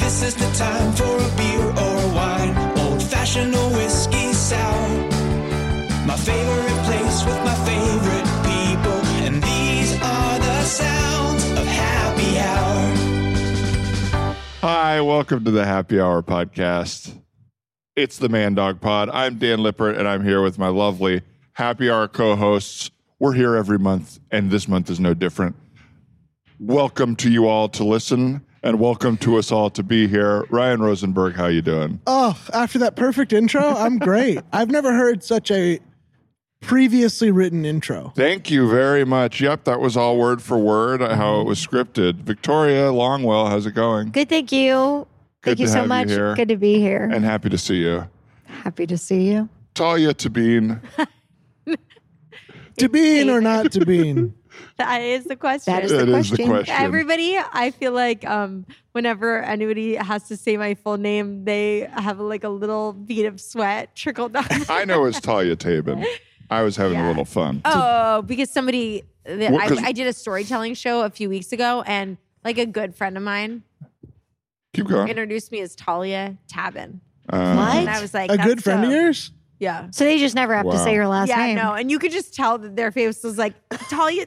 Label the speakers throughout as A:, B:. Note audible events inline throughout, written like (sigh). A: This is the time for a beer or a wine, old fashioned or whiskey sour. My favorite place with my favorite people, and these are the sounds of happy hour.
B: Hi, welcome to the Happy Hour podcast. It's the Man Dog Pod. I'm Dan Lippert, and I'm here with my lovely Happy Hour co-hosts. We're here every month, and this month is no different. Welcome to you all to listen, and welcome to us all to be here. Ryan Rosenberg, how you doing?
C: Oh, after that perfect intro, I'm
D: (laughs)
C: great. I've never heard such a previously written intro.
B: Thank you very much. Yep, that was all word for word uh, how it was scripted. Victoria Longwell, how's it going?
E: Good, thank you.
B: Good
E: Thank
B: to
E: you
B: have
E: so
B: you
E: much.
B: here.
E: Good to be here.
B: And happy to see you,
E: Happy to see you.
B: Talia Tabine.
C: To bean or not to bean?
D: That is the question.
E: That is
B: That
E: the
B: is the
E: question.
B: question.
D: Everybody, I feel like um, whenever anybody has to say my full name, they have like a little bead of sweat trickle down.
B: I know it's Talia Tabin. I was having a little fun.
D: oh, because somebody, that
B: Well, 'cause-
D: I, I did a storytelling show a few weeks ago, and like a good friend of mine
B: Keep going.
D: introduced me as Talia Tabin,
B: Uh,
D: and I was like,
C: A
D: that's
C: good friend of
D: so-
C: yours?
D: Yeah.
E: So they just never have to
B: Wow.
E: say your last
D: yeah,
E: name.
D: no, and you could just tell that their face was like Talia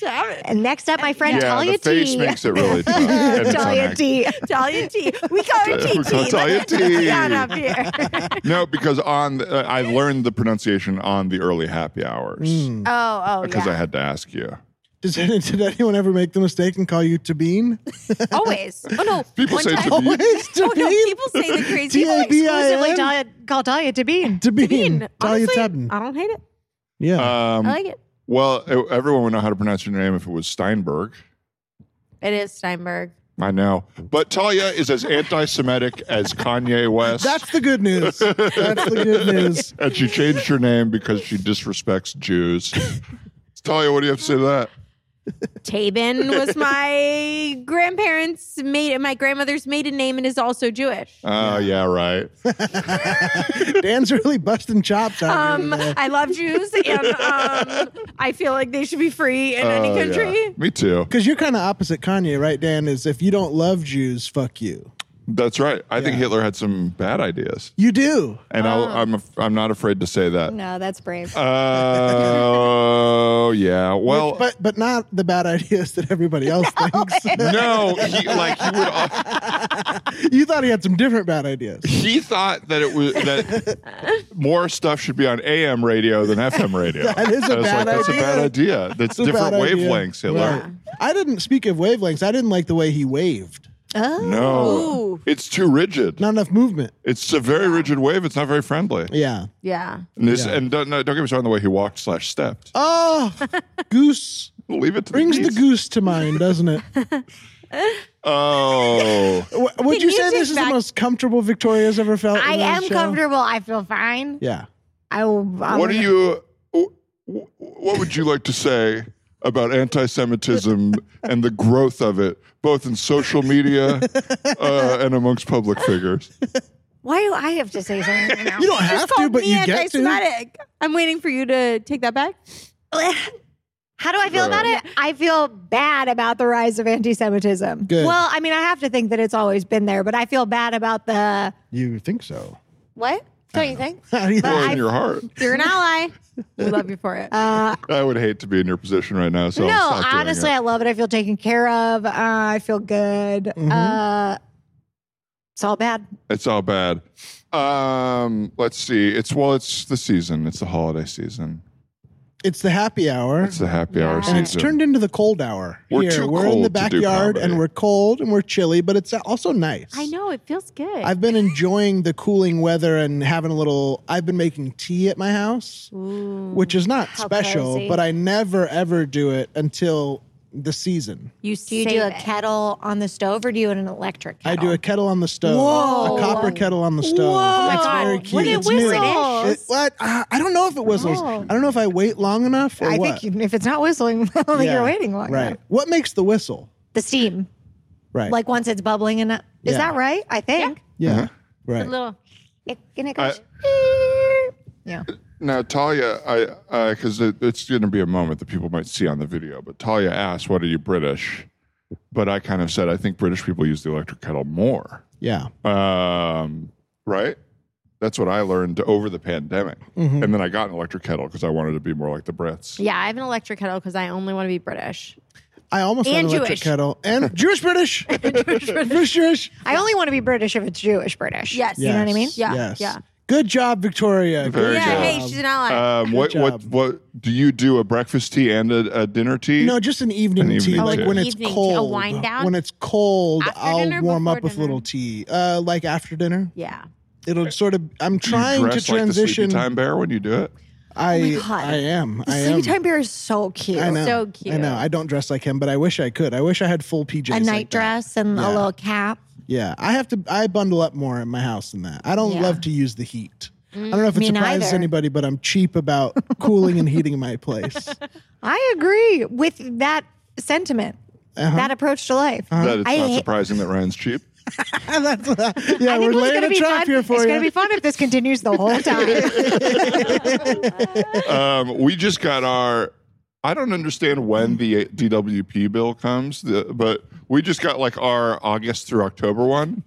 D: Tabin. (laughs)
E: And next up, my friend
B: yeah,
E: Talia
B: the
E: T.
B: face
E: (laughs)
B: makes it really tough. And it's
E: Talia
B: on
E: T.
D: Talia T. We call her
B: We
D: TT.
B: call her Talia
D: Let's get (laughs)
B: T.
D: that up here.
B: ac- No, because on the, uh, I learned the pronunciation on the early happy hours
C: Mm.
D: Oh, oh,
B: because
D: yeah.
B: I had to ask you.
C: Does, (laughs) did anyone ever make the mistake and call you to
D: (laughs)
C: bean?
D: Always. Oh no.
B: People
D: One
B: say
D: time-
B: to me,
C: Always to
D: (laughs) Oh no.
C: bean?
D: People say the crazy.
C: T A B I
E: Exclusively
C: N?
E: Talia, call Talia to be.
C: To bean.
D: Bean.
C: Talia
D: Honestly,
C: Tabin.
D: I don't hate it.
C: Yeah.
B: um,
D: I like it.
B: well, e- everyone would know how to pronounce your name if it was Steinberg.
D: It is Steinberg.
B: I know. But Talia is as anti Semitic as Kanye West.
C: That's the good news. That's the good news.
B: and she changed her name because she disrespects Jews. Talia, what do you have to say to that?
D: Tabin was my grandparents' maiden, my grandmother's maiden name, and is also Jewish.
B: Oh, yeah, right.
C: Dan's really busting chops out
D: Um,
C: here.
D: I love Jews, and um, I feel like they should be free in any
B: Oh, yeah.
D: country.
B: Me too.
C: Because you're kind of opposite Kanye, right, Dan? Is if you don't love Jews, fuck you.
B: That's right. I think Hitler had some bad ideas,
C: You do.
B: and I'll, I'm af- I'm not afraid to say that.
E: No, that's brave.
B: Uh, Oh (laughs) yeah. Well,
C: but but not the bad ideas that everybody else thinks.
B: no, he, like he would. (laughs) al-
C: (laughs) you thought he had some different
B: (laughs)
C: bad ideas.
B: He thought that it was that more stuff should be on AM radio than FM radio.
C: (laughs) That is a
B: I was
C: bad
B: That's a
C: idea.
B: bad idea. That's
C: It's a
B: different
C: bad idea.
B: wavelengths, Hitler.
C: Right. I didn't speak of wavelengths. I didn't like the way he waved.
B: No,
D: Ooh.
B: it's too rigid.
C: Not enough movement.
B: It's a very rigid wave. It's not very friendly.
C: Yeah.
D: Yeah.
B: And, this,
C: Yeah.
B: and don't, no, don't get me started on the way he walked slash stepped.
C: Oh, goose
B: Leave it to
C: brings the
B: geese.
C: goose to mind, doesn't it? (laughs)
B: Oh.
C: W- Would
D: Can
C: you
D: you
C: say
D: take
C: this is the
D: back-
C: most comfortable Victoria's ever felt?
E: I
C: in this
E: am
C: show?
E: comfortable. I feel fine.
C: Yeah.
E: I
D: Oh,
E: will. I
B: what do
E: will-
B: you wh- wh- what would you like to say about anti-semitism and the growth of it both in social media uh, and amongst public figures
E: Why do I have to say something right now?
C: You don't have to,
D: Called
C: but
D: me
C: you get to.
D: anti-Semitic. I'm waiting for you to take that back. (laughs)
E: How do I feel about it? I feel bad about the rise of anti Semitism.
C: Good.
E: Well, I mean, I have to think that it's always been there, but I feel bad about the.
C: You think so?
D: What? Don't you think?
B: well
C: (laughs) Yeah.
B: in your
E: (laughs)
B: heart
D: You're an
B: (laughs)
D: ally. We love you for it.
E: Uh,
B: i would hate to be in your position right now so I'll
E: no,
B: stop doing
E: honestly,
B: it.
E: I love it. I feel taken care of. Uh, I feel good.
C: Mm-hmm.
E: Uh, it's all bad.
B: it's all bad um let's see it's well it's the season it's the holiday season
C: It's the happy hour.
B: it's the happy hour
D: Yeah.
B: season
C: And it's turned into the cold hour.
B: We're
C: Here,
B: too
C: we're in
B: cold
C: the
B: to do
C: backyard
B: comedy.
C: and we're cold and we're chilly, but it's also nice.
D: I know it feels good.
C: I've been enjoying the cooling weather and having a little. I've been making tea at my house, which is not
E: How
C: special,
E: cozy.
C: but I never ever do it until the season.
D: you
E: Do you
D: save
E: do a
D: it.
E: kettle on the stove or do you an electric
C: I do a kettle on the stove,
E: Whoa.
C: a copper kettle on the stove.
D: Whoa.
C: It's
D: Oh my
C: very
D: God.
C: cute.
D: Would it
C: it's new.
D: whistle?
C: It- what? I, I don't know if it whistles.
E: Oh.
C: I don't know if I wait long enough or
E: I
C: what.
E: think you- if it's not whistling, (laughs) I don't think
C: Yeah.
E: you're waiting long
C: Right.
E: enough.
C: What makes the whistle?
E: The steam,
C: Right.
E: like once it's bubbling enough. Is
C: Yeah.
E: that right? I think.
C: yeah.
B: Uh-huh.
C: Right.
D: a little.
E: It, and it
B: I-
E: goes. yeah.
B: Now, Talia, I because it, it's going to be a moment that people might see on the video, but Talia asked, "What are you British?" but I kind of said I think British people use the electric kettle more.
C: Yeah.
B: Um, right? That's what I learned over the pandemic.
C: Mm-hmm.
B: And then I got an electric kettle because I wanted to be more like the Brits.
D: Yeah, I have an electric kettle because I only want to be British.
C: I almost had
D: And
C: an electric
D: Jewish.
C: kettle. And
D: (laughs)
C: Jewish British. Jewish British.
E: I only want to be British if it's Jewish British.
D: Yes.
E: You know what I mean?
C: Yes,
D: Yeah,
C: Yes.
D: yeah.
C: Good job, Victoria.
B: Very
D: yeah,
B: good.
D: hey, she's an ally.
B: Um, what, what,
C: job.
B: what do you do? A breakfast tea and a, a dinner tea?
C: No, just an evening,
B: An
C: tea,
B: evening
C: like
B: tea.
C: when
D: Oh,
C: it's
D: evening tea. A
C: cold.
D: wind down?
C: When it's cold,
D: After
C: I'll
D: dinner,
C: warm up
D: before
C: with
D: dinner?
C: little tea, uh, like after dinner.
D: yeah.
C: It'll sort of. I'm
B: Do you
C: trying to
B: dress like the Sleepy
C: transition.
B: time bear when you do it.
C: I,
E: Oh my God.
C: I am.
E: The
C: I
E: Sleepy
C: am.
E: Time Bear is so cute.
C: I know.
D: so cute.
C: I know. I don't dress like him, but I wish I could. I wish I had full PJs.
E: A
C: like
E: night
C: that.
E: dress and
C: Yeah.
E: a little cap.
C: Yeah, I have to. I bundle up more in my house than that. I don't
E: Yeah.
C: love to use the heat. I don't know if it
E: me
C: surprises
E: neither.
C: anybody, but I'm cheap about
E: (laughs)
C: cooling and heating my place. (laughs)
E: I agree with that sentiment,
C: Uh-huh.
E: that approach to life.
C: Uh,
B: That it's
E: I
B: not
E: hate-
B: surprising that Ryan's cheap.
C: That's what I- yeah, we're
E: I think what's
C: laying
E: gonna
C: a
E: be
C: trap
E: fun,
C: here for
E: it's
C: you.
E: gonna be fun if this continues
C: (laughs)
E: the whole time.
B: Um, we just got our. I don't understand when the DWP bill comes, the, but we just got like our August through October one.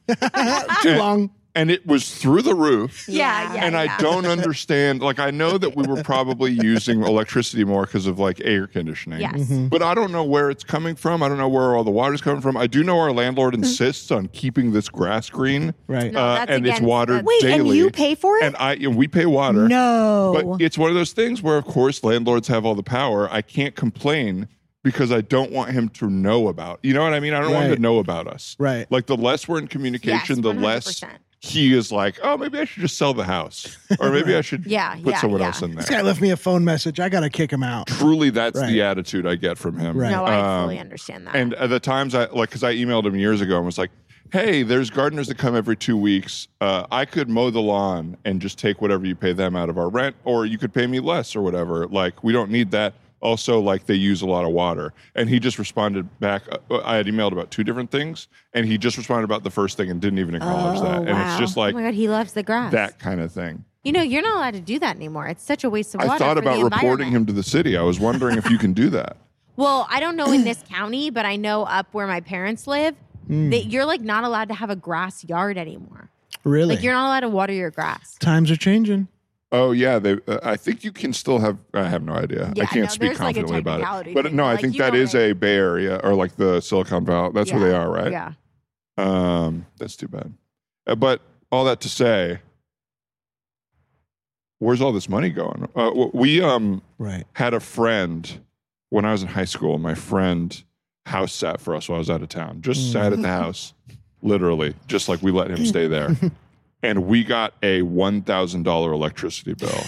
C: Too long.
B: and it was through the roof.
D: Yeah, yeah.
B: and I
D: (laughs)
B: don't understand. Like, I know that we were probably using electricity more because of like air conditioning.
D: Yes.
E: Mm-hmm.
B: But I don't know where it's coming from. I don't know where all the water's coming from. I do know our landlord insists on keeping this grass green. uh,
C: Right.
D: Mm-hmm. No, that's
B: and it's
D: against-
B: watered
D: that's-
E: Wait, and
B: daily.
E: you pay for it?
B: And I, and we pay water.
E: no.
B: But it's one of those things where, of course, landlords have all the power. I can't complain because I don't want him to know about. You know what I mean? I don't want him
C: Right.
B: to know about us.
C: Right.
B: Like the less we're in communication,
D: Yes,
B: the less
D: 100%.
B: he is like, oh, maybe I should just sell the house, or maybe
D: (laughs)
B: I should
D: Yeah,
B: put
D: yeah,
B: someone
D: yeah.
B: else in
C: This
B: there.
C: guy left me a phone message. I gotta kick him out.
B: Truly, that's
C: Right.
B: the attitude I get from him.
C: Right.
D: no, I
B: Um,
D: fully understand that.
B: and at the times I like, because I emailed him years ago and was like, "Hey, there's gardeners that come every two weeks. Uh, I could mow the lawn and just take whatever you pay them out of our rent, or you could pay me less or whatever. Like, we don't need that." Also, like they use a lot of water, and he just responded back. uh, I had emailed about two different things, and he just responded about the first thing and didn't even acknowledge that. And it's just like
D: oh my god, he loves the grass.
B: that kind of thing.
D: you know, you're not allowed to do that anymore. It's such a waste of water.
B: I thought
D: for
B: about
D: the
B: reporting
D: environment.
B: him to the city. I was wondering if you can do
D: (laughs)
B: that.
D: Well, I don't know
B: (clears throat)
D: in this county, but I know up where my parents live
B: Hmm.
D: that you're like not allowed to have a grass yard anymore.
C: Really?
D: Like you're not allowed to water your grass.
C: Times are changing.
B: Oh yeah, they. Uh, I think you can still have. I have no idea.
D: Yeah,
B: I can't
D: no,
B: speak
D: there's, like, a
B: confidently about
D: technicality
B: it. But
D: thing,
B: no, I
D: like,
B: think
D: you
B: that
D: know
B: is
D: what
B: a Bay Area or like the Silicon Valley. That's where
D: Yeah.
B: they are, right?
D: Yeah.
B: Um, that's too bad. Uh, but all that to say, where's all this money going? Uh, w- we um
C: Right.
B: had a friend when I was in high school. My friend house sat for us while I was out of town.
C: Mm.
B: Just sat
C: (laughs)
B: at the house, literally, just like we let him stay there. And we got a one thousand dollar electricity
C: (laughs)
B: bill,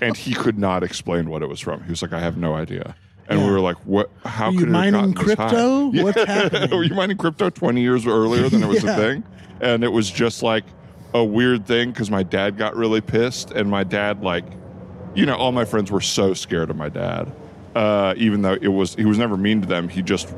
B: and he could not explain what it was from. He was like, "I have no idea." And we
C: Yeah.
B: were like, "What? How
C: Are
B: could
C: you
B: it have
C: mining
B: gotten this high?"
C: (laughs) crypto?
B: Yeah.
C: What's happening?
B: (laughs) Were you mining crypto twenty years earlier than it was
C: Yeah.
B: a thing?" And it was just like a weird thing because my dad got really pissed, and my dad like you know, all my friends were so scared of my dad. Uh, even though it was, he was never mean to them. He just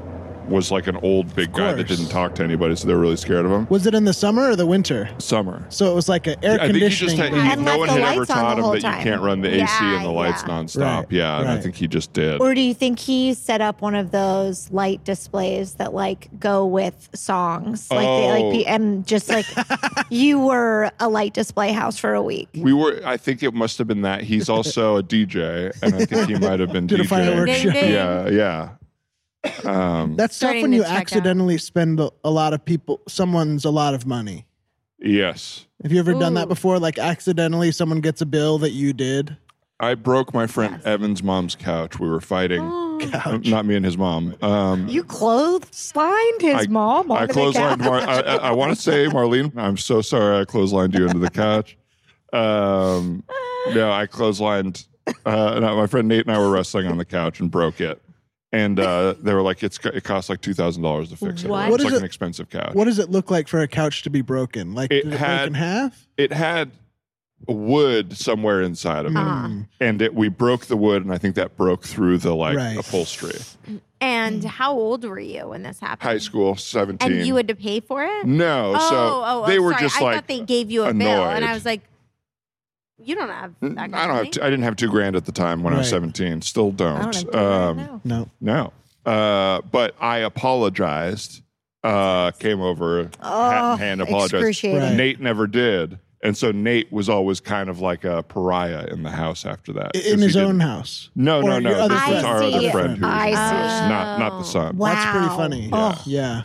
B: was like an old big guy that
C: course.
B: didn't talk to anybody, so they were really scared of him.
C: Was it in the summer or the winter?
B: Summer.
C: So it was like an air
B: I think he just
C: conditioning.
B: had,
E: And
B: no
E: left
B: one
E: the
B: had ever
E: lights on
B: taught
E: the
B: him
E: whole
B: that
E: time.
B: you can't run the AC
D: Yeah,
B: and the lights
D: yeah.
B: nonstop.
C: Right,
B: yeah, and I
C: right.
B: think he just did.
E: Or do you think he set up one of those light displays that like go with songs, like they,
B: Oh.
E: like be, and
C: (laughs)
E: just like you were a light display house for a week?
B: we were. I think it must have been that he's also a DJ, and I think he
C: (laughs)
B: might have been
C: Did a
B: DJing.
C: fireworks
D: Ding, show. ding.
B: Yeah, yeah. Um,
C: That's tough
D: Starting
C: when
D: to
C: you
D: check out.
C: accidentally spend a a lot of people, someone's a lot of money.
B: yes.
C: Have you ever done that
D: Ooh.
C: before? Like accidentally, someone gets a bill that you did.
B: I broke my friend Evan's mom's couch. We were fighting. Uh, Not me and his mom. Um,
E: You clotheslined his
B: I-
E: mom
B: I
E: on the
B: clotheslined.
E: couch.
B: Mar- I, I, I want to say, Marlene, I'm so sorry. I clotheslined you into the couch. Um, no, I clotheslined. Uh, and I- my friend Nate and I were wrestling on the couch and broke it. And uh, they were like, it's it costs like two thousand dollars to fix it.
D: What?
B: It's
D: What
C: is
B: like
C: it-
B: an expensive couch.
C: What does it look like for a couch to be broken? Like
B: Uh, It
C: did it break
B: had-
C: in half?
B: It had wood somewhere inside of it,
D: Ah.
C: Mm.
B: and it, we broke the wood, and I think that broke through the like
C: Right.
B: upholstery.
D: And how old were you when this happened?
B: High school, seventeen.
D: And you had to pay for it?
B: no,
D: oh,
B: so
D: oh, oh,
B: they were
D: sorry.
B: just
D: I
B: like
D: thought they gave you a bill, and
B: annoyed. Hmm,
D: I was like, "You don't have that kind
B: I don't
D: of
B: have.
D: money.
B: T- I didn't have two grand at the time when I was
C: Right.
B: seventeen. Still don't.
D: I don't have to
B: um,
D: right now.
C: No.
B: no. Uh, but I apologized. Uh, came over, hat
D: Oh,
B: in hand, apologized.
E: excruciating.
C: Right.
B: Nate never did, and so Nate was always kind of like a pariah in the house after that. 'cause
C: in
B: he
C: his own
B: didn't-
C: house.
B: No, no,
C: Or
B: no.
C: your other
B: This was
E: friend.
B: our
E: I
B: other
E: see.
B: friend who was
E: I
B: in the
E: see.
B: house, not not the son.
E: Wow.
C: That's pretty funny.
E: Oh.
C: Yeah.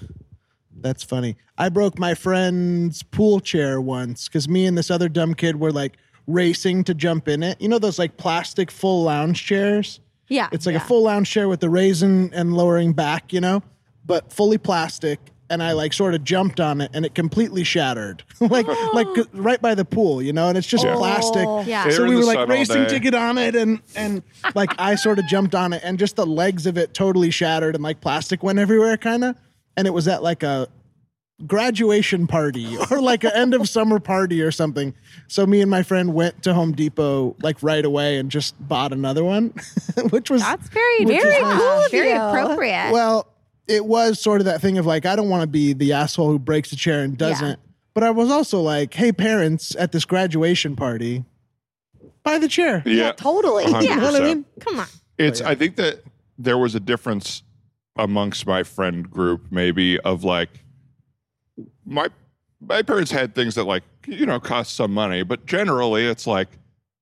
C: That's funny. I broke my friend's pool chair once because me and this other dumb kid were like racing to jump in it. You know those like plastic full lounge chairs?
D: Yeah.
C: It's like
D: yeah.
C: a full lounge chair with the raisin and lowering back, you know, but fully plastic. And I like sort of jumped on it, and it completely shattered, (laughs) like like right by the pool, you know. And it's just
B: Yeah.
C: plastic.
D: Oh. Yeah.
B: They
C: So
B: were
C: we
B: in
C: were
B: the
C: like
B: sun all
C: racing
B: day.
C: to get on it, and and like I sort of jumped on it, and just the legs of it totally shattered, and like plastic went everywhere, kind of. And it was at like a graduation party (laughs) or like an end of summer party or something. So me and my friend went to Home Depot like right away and just bought another one, (laughs) which was
D: That's very,
C: Which is
D: very
C: nice.
D: cool. of
E: Very
D: you.
E: appropriate.
C: well, it was sort of that thing of like I don't want to be the asshole who breaks a chair and doesn't. But I was also like, hey parents, at this graduation party, buy the chair.
B: Yeah,
E: totally.
B: Uh-huh.
D: Yeah.
B: You know what I mean?
D: Come on.
B: It's. I think that there was a difference amongst my friend group, maybe of like my my parents had things that like you know cost some money, but generally it's like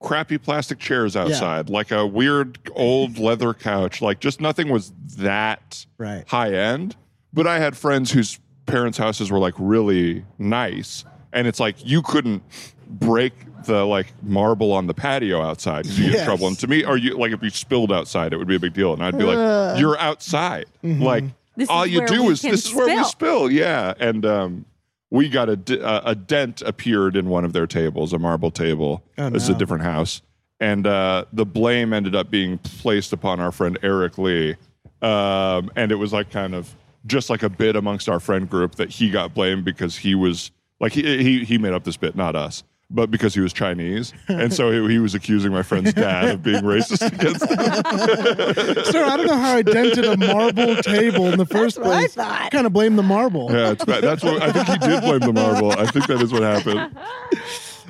B: crappy plastic chairs outside, like a weird old leather couch, like just nothing was that
C: Right.
B: high end. But I had friends whose parents' houses were like really nice, and it's like you couldn't break the like marble on the patio outside because you get in
C: Yes.
B: trouble. And to me, or you like if you spilled outside, it would be a big deal, and I'd be like, "You're outside.
C: Mm-hmm.
B: Like
D: This
B: all
D: is
B: you
D: where
B: do
D: we
B: is
D: can
B: this is where we
D: spill."
B: spill." Yeah, and um, we got a d- uh, a dent appeared in one of their tables, a marble table.
C: Oh,
B: It's a
C: no.
B: different house, and uh, the blame ended up being placed upon our friend Eric Lee, um, and it was like kind of just like a bit amongst our friend group that he got blamed because he was like he he, he made up this bit, not us. But because he was Chinese, and so he, he was accusing my friend's dad of being racist against him.
C: (laughs) Sir, I don't know how I dented a marble table in the first
E: what I
C: place.
E: thought.
C: Kind of blame the marble.
B: Yeah, it's bad. That's what I think he did blame the marble. I think that is what happened.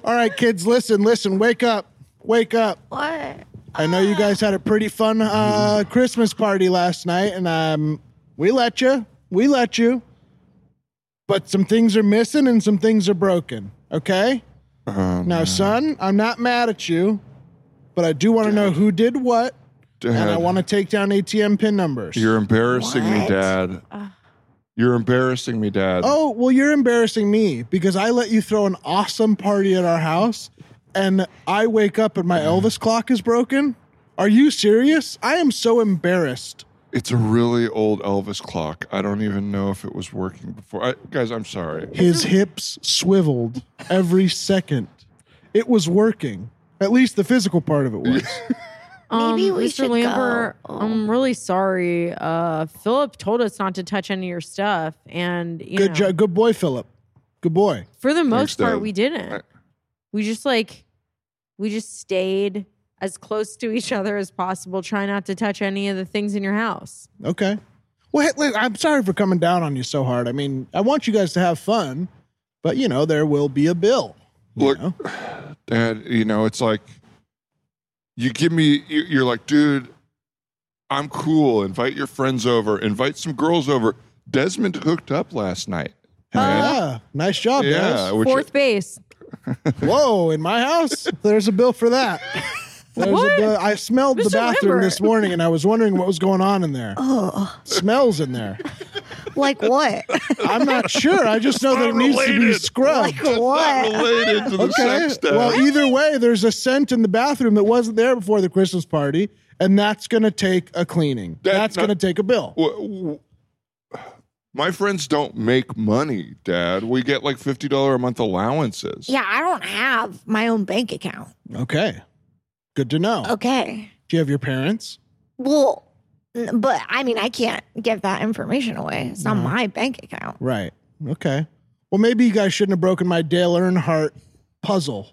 C: All right, kids, listen, listen, wake up. Wake up.
E: What?
C: I know you guys had a pretty fun uh, Christmas party last night, and um, we let you. We let you. But some things are missing and some things are broken. Okay? now, son, I'm not mad at you, but I do want to know who did what, and I
B: Dad,
C: want to take down ATM pin numbers.
B: you're embarrassing me,
E: What?
B: Dad. You're embarrassing me, Dad.
C: Uh. Oh, well, you're embarrassing me because I let you throw an awesome party at our house and I wake up and my Elvis clock is broken. Are you serious? I am so embarrassed.
B: It's a really old Elvis clock. I don't even know if it was working before. I, guys, I'm sorry.
C: His hips swiveled every second. It was working. At least the physical part of it was.
E: Maybe
D: um,
E: we
D: Mr.
E: should
D: Lambert,
E: go.
D: I'm really sorry. Uh, Philip told us not to touch any of your stuff, and you
C: Good
D: know,
C: jo- good boy, Philip. Good boy.
D: for the most part,
B: Dad.
D: we didn't. We just like, we just stayed as close to each other as possible. Try not to touch any of the things in your house.
C: Okay. Well, hey, look, I'm sorry for coming down on you so hard. I mean, I want you guys to have fun, but you know, there will be a bill. you
B: Look,
C: know?
B: Dad, you know, it's like you give me, you- you're like, dude, I'm cool. Invite your friends over, invite some girls over. Desmond hooked up last night.
C: Hell yeah. Ah, Nice job, guys.
B: Yeah, which
D: Fourth base.
C: Whoa, in my house? There's a bill for that. There's
D: What?
C: A bill. I smelled the
D: Mr.
C: bathroom
D: Lambert.
C: this morning and I was wondering what was going on in there. Smells in there.
B: (laughs)
E: Like what?
C: I'm not sure. I just know that it
B: not
C: needs to be
B: related.
C: scrubbed.
E: what?
B: related to the
C: Okay.
B: sex stuff.
C: Well, either way, there's a scent in the bathroom that wasn't there before the Christmas party, and that's going to take a cleaning.
B: That-
C: that's
B: that-
C: going to take a bill.
B: W- w- my friends don't make money, Dad. We get like fifty dollar a month allowances.
E: yeah, I don't have my own bank account.
C: Okay. Good to know.
E: Okay.
C: Do you have your parents?
E: Well, n- but I mean, I can't give that information away. It's not my bank account.
C: Right. Okay. Well, maybe you guys shouldn't have broken my Dale Earnhardt puzzle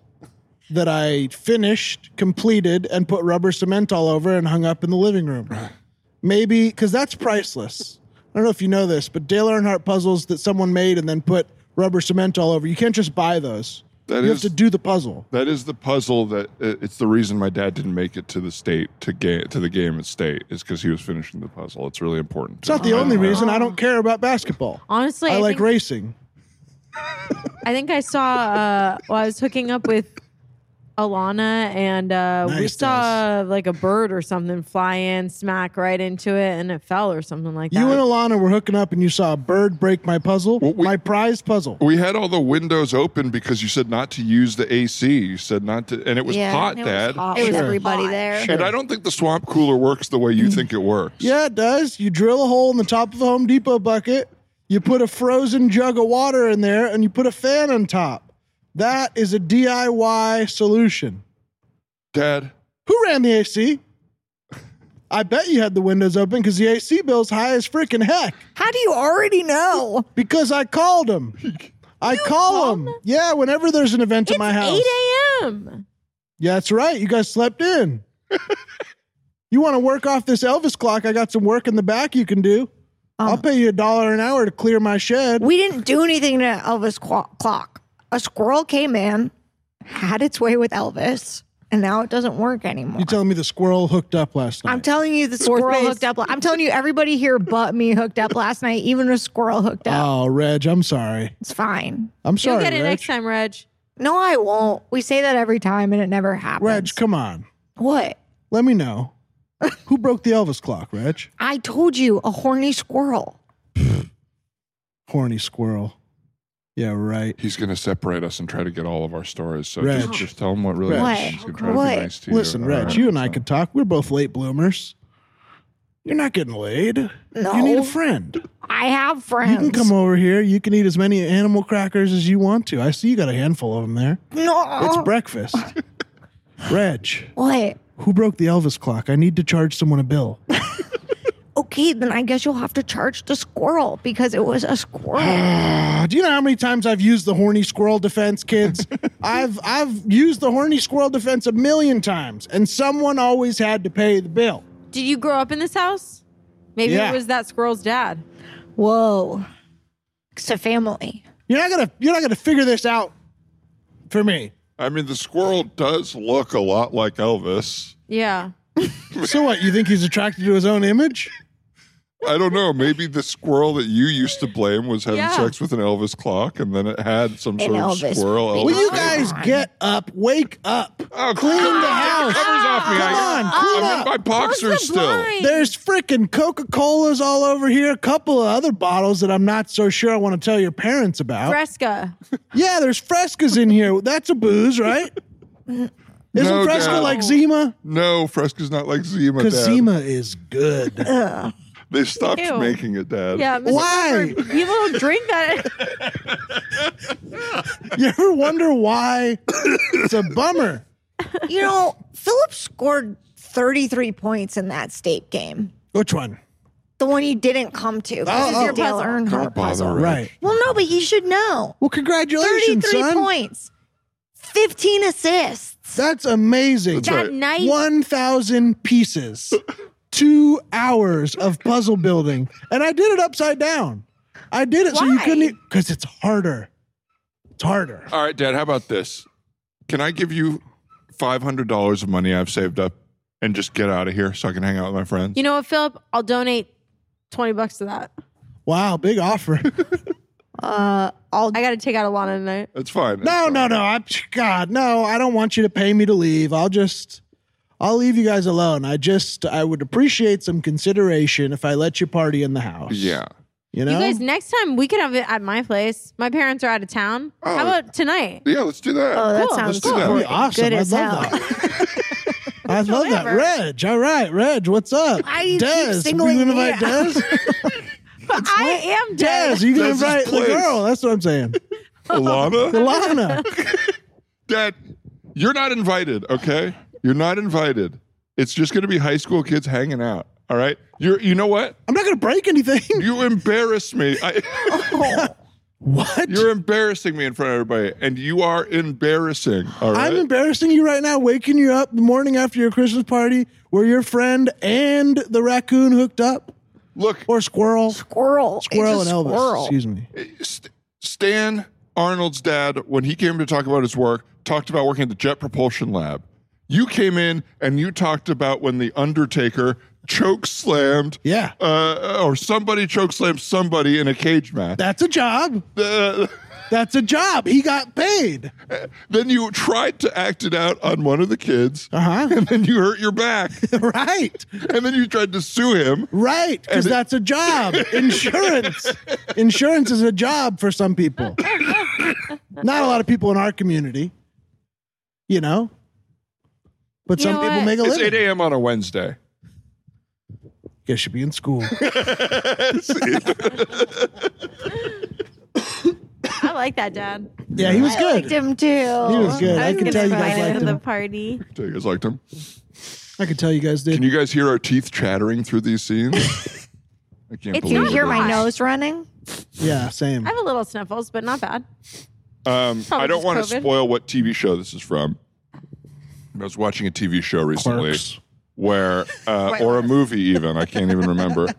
C: that I finished, completed, and put rubber cement all over and hung up in the living room. Maybe because that's priceless. I don't know if you know this, but Dale Earnhardt puzzles that someone made and then put rubber cement all over, you can't just buy those.
B: That
C: you
B: is
C: have to do the puzzle.
B: that is the puzzle that it- it's the reason my dad didn't make it to the state to game to the game at state is because he was finishing the puzzle. It's really important.
C: It's not the only
E: Uh-huh.
C: reason I don't care about basketball.
D: Honestly,
C: I
D: I,
C: like
D: think,
C: racing.
D: I think I saw. Uh, well, I was hooking up with Alana, and uh, we
C: Nice,
D: saw like a bird or something fly in, smack right into it, and it fell or something like that.
C: You and Alana were hooking up, and you saw a bird break my puzzle,
B: Well, we-
C: my prize puzzle.
B: We had all the windows open because you said not to use the AC. You said not to, and it was hot,
E: it
B: Dad.
E: Was hot
D: It
E: with
D: was
E: everybody
D: hot.
E: there.
B: And I don't think the swamp cooler works the way you think it works.
C: Mm. Yeah, it does. You drill a hole in the top of a Home Depot bucket, you put a frozen jug of water in there, and you put a fan on top. That is a DIY solution.
B: Dad,
C: Who ran the AC? I bet you had the windows open because the AC bill's high as freaking heck.
E: How do you already know?
C: Because I called him. I call him. Yeah, whenever there's an event
D: it's
C: at my house.
D: eight a.m.
C: Yeah, that's right. You guys slept in. you want to work off this Elvis clock? I got some work in the back you can do.
D: Um,
C: I'll pay you a dollar an hour to clear my shed.
E: We didn't do anything to Elvis qu- clock. A squirrel came in, had its way with Elvis, and now it doesn't work anymore.
C: you telling me the squirrel hooked up last night?
E: I'm telling you, the squirrel
D: base.
E: hooked up. la- I'm telling you, everybody here but me hooked up last night. Even a squirrel hooked up.
C: oh, Reg, I'm
D: Oh.
C: sorry.
E: It's fine.
C: I'm
D: You'll
C: sorry,
D: get it
C: Reg.
D: next time, Reg.
E: No, I won't. We say that every time, and it never happens.
C: Reg, come on.
E: what?
C: Let me
D: (laughs)
C: know. Who broke the Elvis clock, Reg?
E: I told you, a horny squirrel.
C: Horny squirrel. Yeah, right.
B: he's going to separate us and try to get all of our stories. So
C: Reg.
B: just, just tell him what really
C: Reg.
B: is. He's going to try
E: What?
B: to be nice to you.
C: Listen,
B: All
C: Reg,
B: right.
C: you and I could talk. We're both late bloomers. You're not getting laid. You need a
E: No.
C: friend.
E: I have friends.
C: You can come over here. You can eat as many animal crackers as you want to. I see you got a handful of them there.
E: No.
C: It's breakfast. Reg,
E: what?
C: who broke the Elvis clock? I need to charge someone a bill.
E: Okay, then I guess you'll have to charge the squirrel because it was a squirrel.
C: (sighs) Uh, do you know how many times I've used the horny squirrel defense, kids? I've I've used the horny squirrel defense a million times, and someone always had to pay the bill.
D: Did you grow up in this house? Maybe
C: Yeah.
D: it was that squirrel's dad.
E: Whoa. It's a family.
C: You're not gonna you're not gonna figure this out for me.
B: I mean, the squirrel does look a lot like Elvis.
D: Yeah.
C: So what? You think he's attracted to his own image?
B: I don't know. Maybe the squirrel that you used to blame was having
D: Yeah.
B: sex with an Elvis clock, and then it had some sort of
E: Elvis
B: squirrel.
E: baby.
B: Elvis
C: Will you
B: baby.
C: guys get up? Wake up!
B: Oh,
C: Clean
B: come on, (laughs)
C: the
B: get
C: house.
B: Covers off me.
C: Come
B: I-
C: on,
B: I'm
C: clean
B: in
C: up.
B: my boxers
D: Close the
B: still.
D: blind.
C: There's freaking Coca Colas all over here. A couple of other bottles that I'm not so sure I want to tell your parents about.
D: Fresca.
C: yeah, there's Frescas in here. That's a booze, right? Isn't
B: (laughs) No,
C: Fresca
B: Dad.
C: like Zima?
B: No, Fresca's not like Zima. Dad.
C: Because Zima is good.
B: They stopped
D: Ew.
B: making it, Dad.
D: Yeah. Mr.
C: Why?
D: Cooper, People don't drink
C: (laughs)
D: that.
C: you ever wonder why? It's a bummer.
E: You know, Phillips scored 33 points in that state game.
C: Which one?
E: The one you didn't come to.
C: Oh,
E: This
C: oh.
E: is your Dale
D: Puzzle.
E: Earnhardt
B: Don't bother.
E: puzzle.
B: Reg.
C: Right.
E: Well, no, but he should know.
C: Well, congratulations,
E: 33
C: son.
E: points, 15 assists.
C: That's amazing.
B: That's
D: That
B: right.
D: night.
C: 1,000 pieces, (laughs) two hours of puzzle building. And I did it upside down. I did it so you
E: Why?
C: couldn't, because it's harder. It's harder.
B: All right, Dad. How about this? Can I give you five hundred dollars of money I've saved up and just get out of here so I can hang out with my friends?
D: You know what, Philip? I'll donate 20 bucks to that.
C: Wow, big offer. (laughs)
D: I got to take out Alana tonight.
B: That's fine. That's
C: no,
B: fine.
C: no, no. I'm, God, no, I don't want you to pay me to leave. I'll just, I'll leave you guys alone. I just, I would appreciate some consideration if I let you party in the house.
B: Yeah.
C: You know?
D: You guys, next time we can have it at my place. My parents are out of town.
B: Oh.
D: How about tonight?
B: Yeah. Let's do that.
E: Oh, that
D: Cool.
E: sounds
B: Let's do
E: cool.
B: that.
C: That'd be awesome.
E: Good
C: I'd
E: as
C: love
E: hell.
C: that. I love that. Reg, all right, Reg, what's up?
E: Why do you keep
C: Dez,
E: singling
C: we gonna
E: me
C: invite
E: (laughs) out?
C: Dez?
D: I am
C: Dez,
D: dead.
C: you gonna
B: Dez's
C: invite the
B: place.
C: girl? That's what I'm saying.
B: (laughs) Alana,
C: Alana,
B: Dad, you're not invited. Okay, you're not invited. It's just going to be high school kids hanging out. All right. You're. You know what?
C: I'm not gonna break anything.
B: You embarrass me. I, (laughs)
C: What?
B: you're embarrassing me in front of everybody, and you are embarrassing. All right.
C: I'm embarrassing you right now, waking you up the morning after your Christmas party where your friend and the raccoon hooked up
B: Look,
C: or squirrel,
E: Squirrel. It's
C: squirrel
E: a
C: and Elvis.
E: squirrel.
C: Excuse me.
B: St- Stan Arnold's dad, when he came to talk about his work, talked about working at the Jet Propulsion Lab. You came in and you talked about when the Undertaker choke slammed,
C: Yeah.
B: uh, or somebody choke slammed somebody in a cage match.
C: That's a job.
B: Uh,
C: That's a job. He got paid.
B: then you tried to act it out on one of the kids,
C: Uh-huh. (laughs)
B: and then you hurt your back,
C: right.
B: and then you tried to sue him.
C: Right.
B: And
C: Because
B: it-
C: that's
B: (laughs)
C: a job. Insurance. Insurance is a job for some people. Not a lot of people in our community, you know? But
D: You
C: some
D: know
C: people
D: what?
C: make a
B: It's
C: living.
B: 8 a.m. on a Wednesday.
C: Guess should be in
B: (laughs)
C: school.
D: I like that, Dad.
C: Yeah, he was
E: I liked
C: good.
E: him too. He
C: was good. I can
D: was gonna
C: tell you guys
D: invite him
C: liked
D: to the
C: him.
D: party.
B: Do you guys like them?
C: I could tell you guys did.
B: Can you guys hear our teeth chattering through these scenes? (laughs) I can't
D: It's
B: believe
D: not
B: it.
E: Hear my
D: Gosh.
E: nose running?
C: yeah, same.
D: I have a little sniffles, but not bad.
B: Um,
D: Probably
B: I don't
D: just
B: want to
D: COVID.
B: spoil what TV show this is from. I was watching a TV show recently
C: Clerks.
B: where, uh, or a movie even, I can't even remember. What'd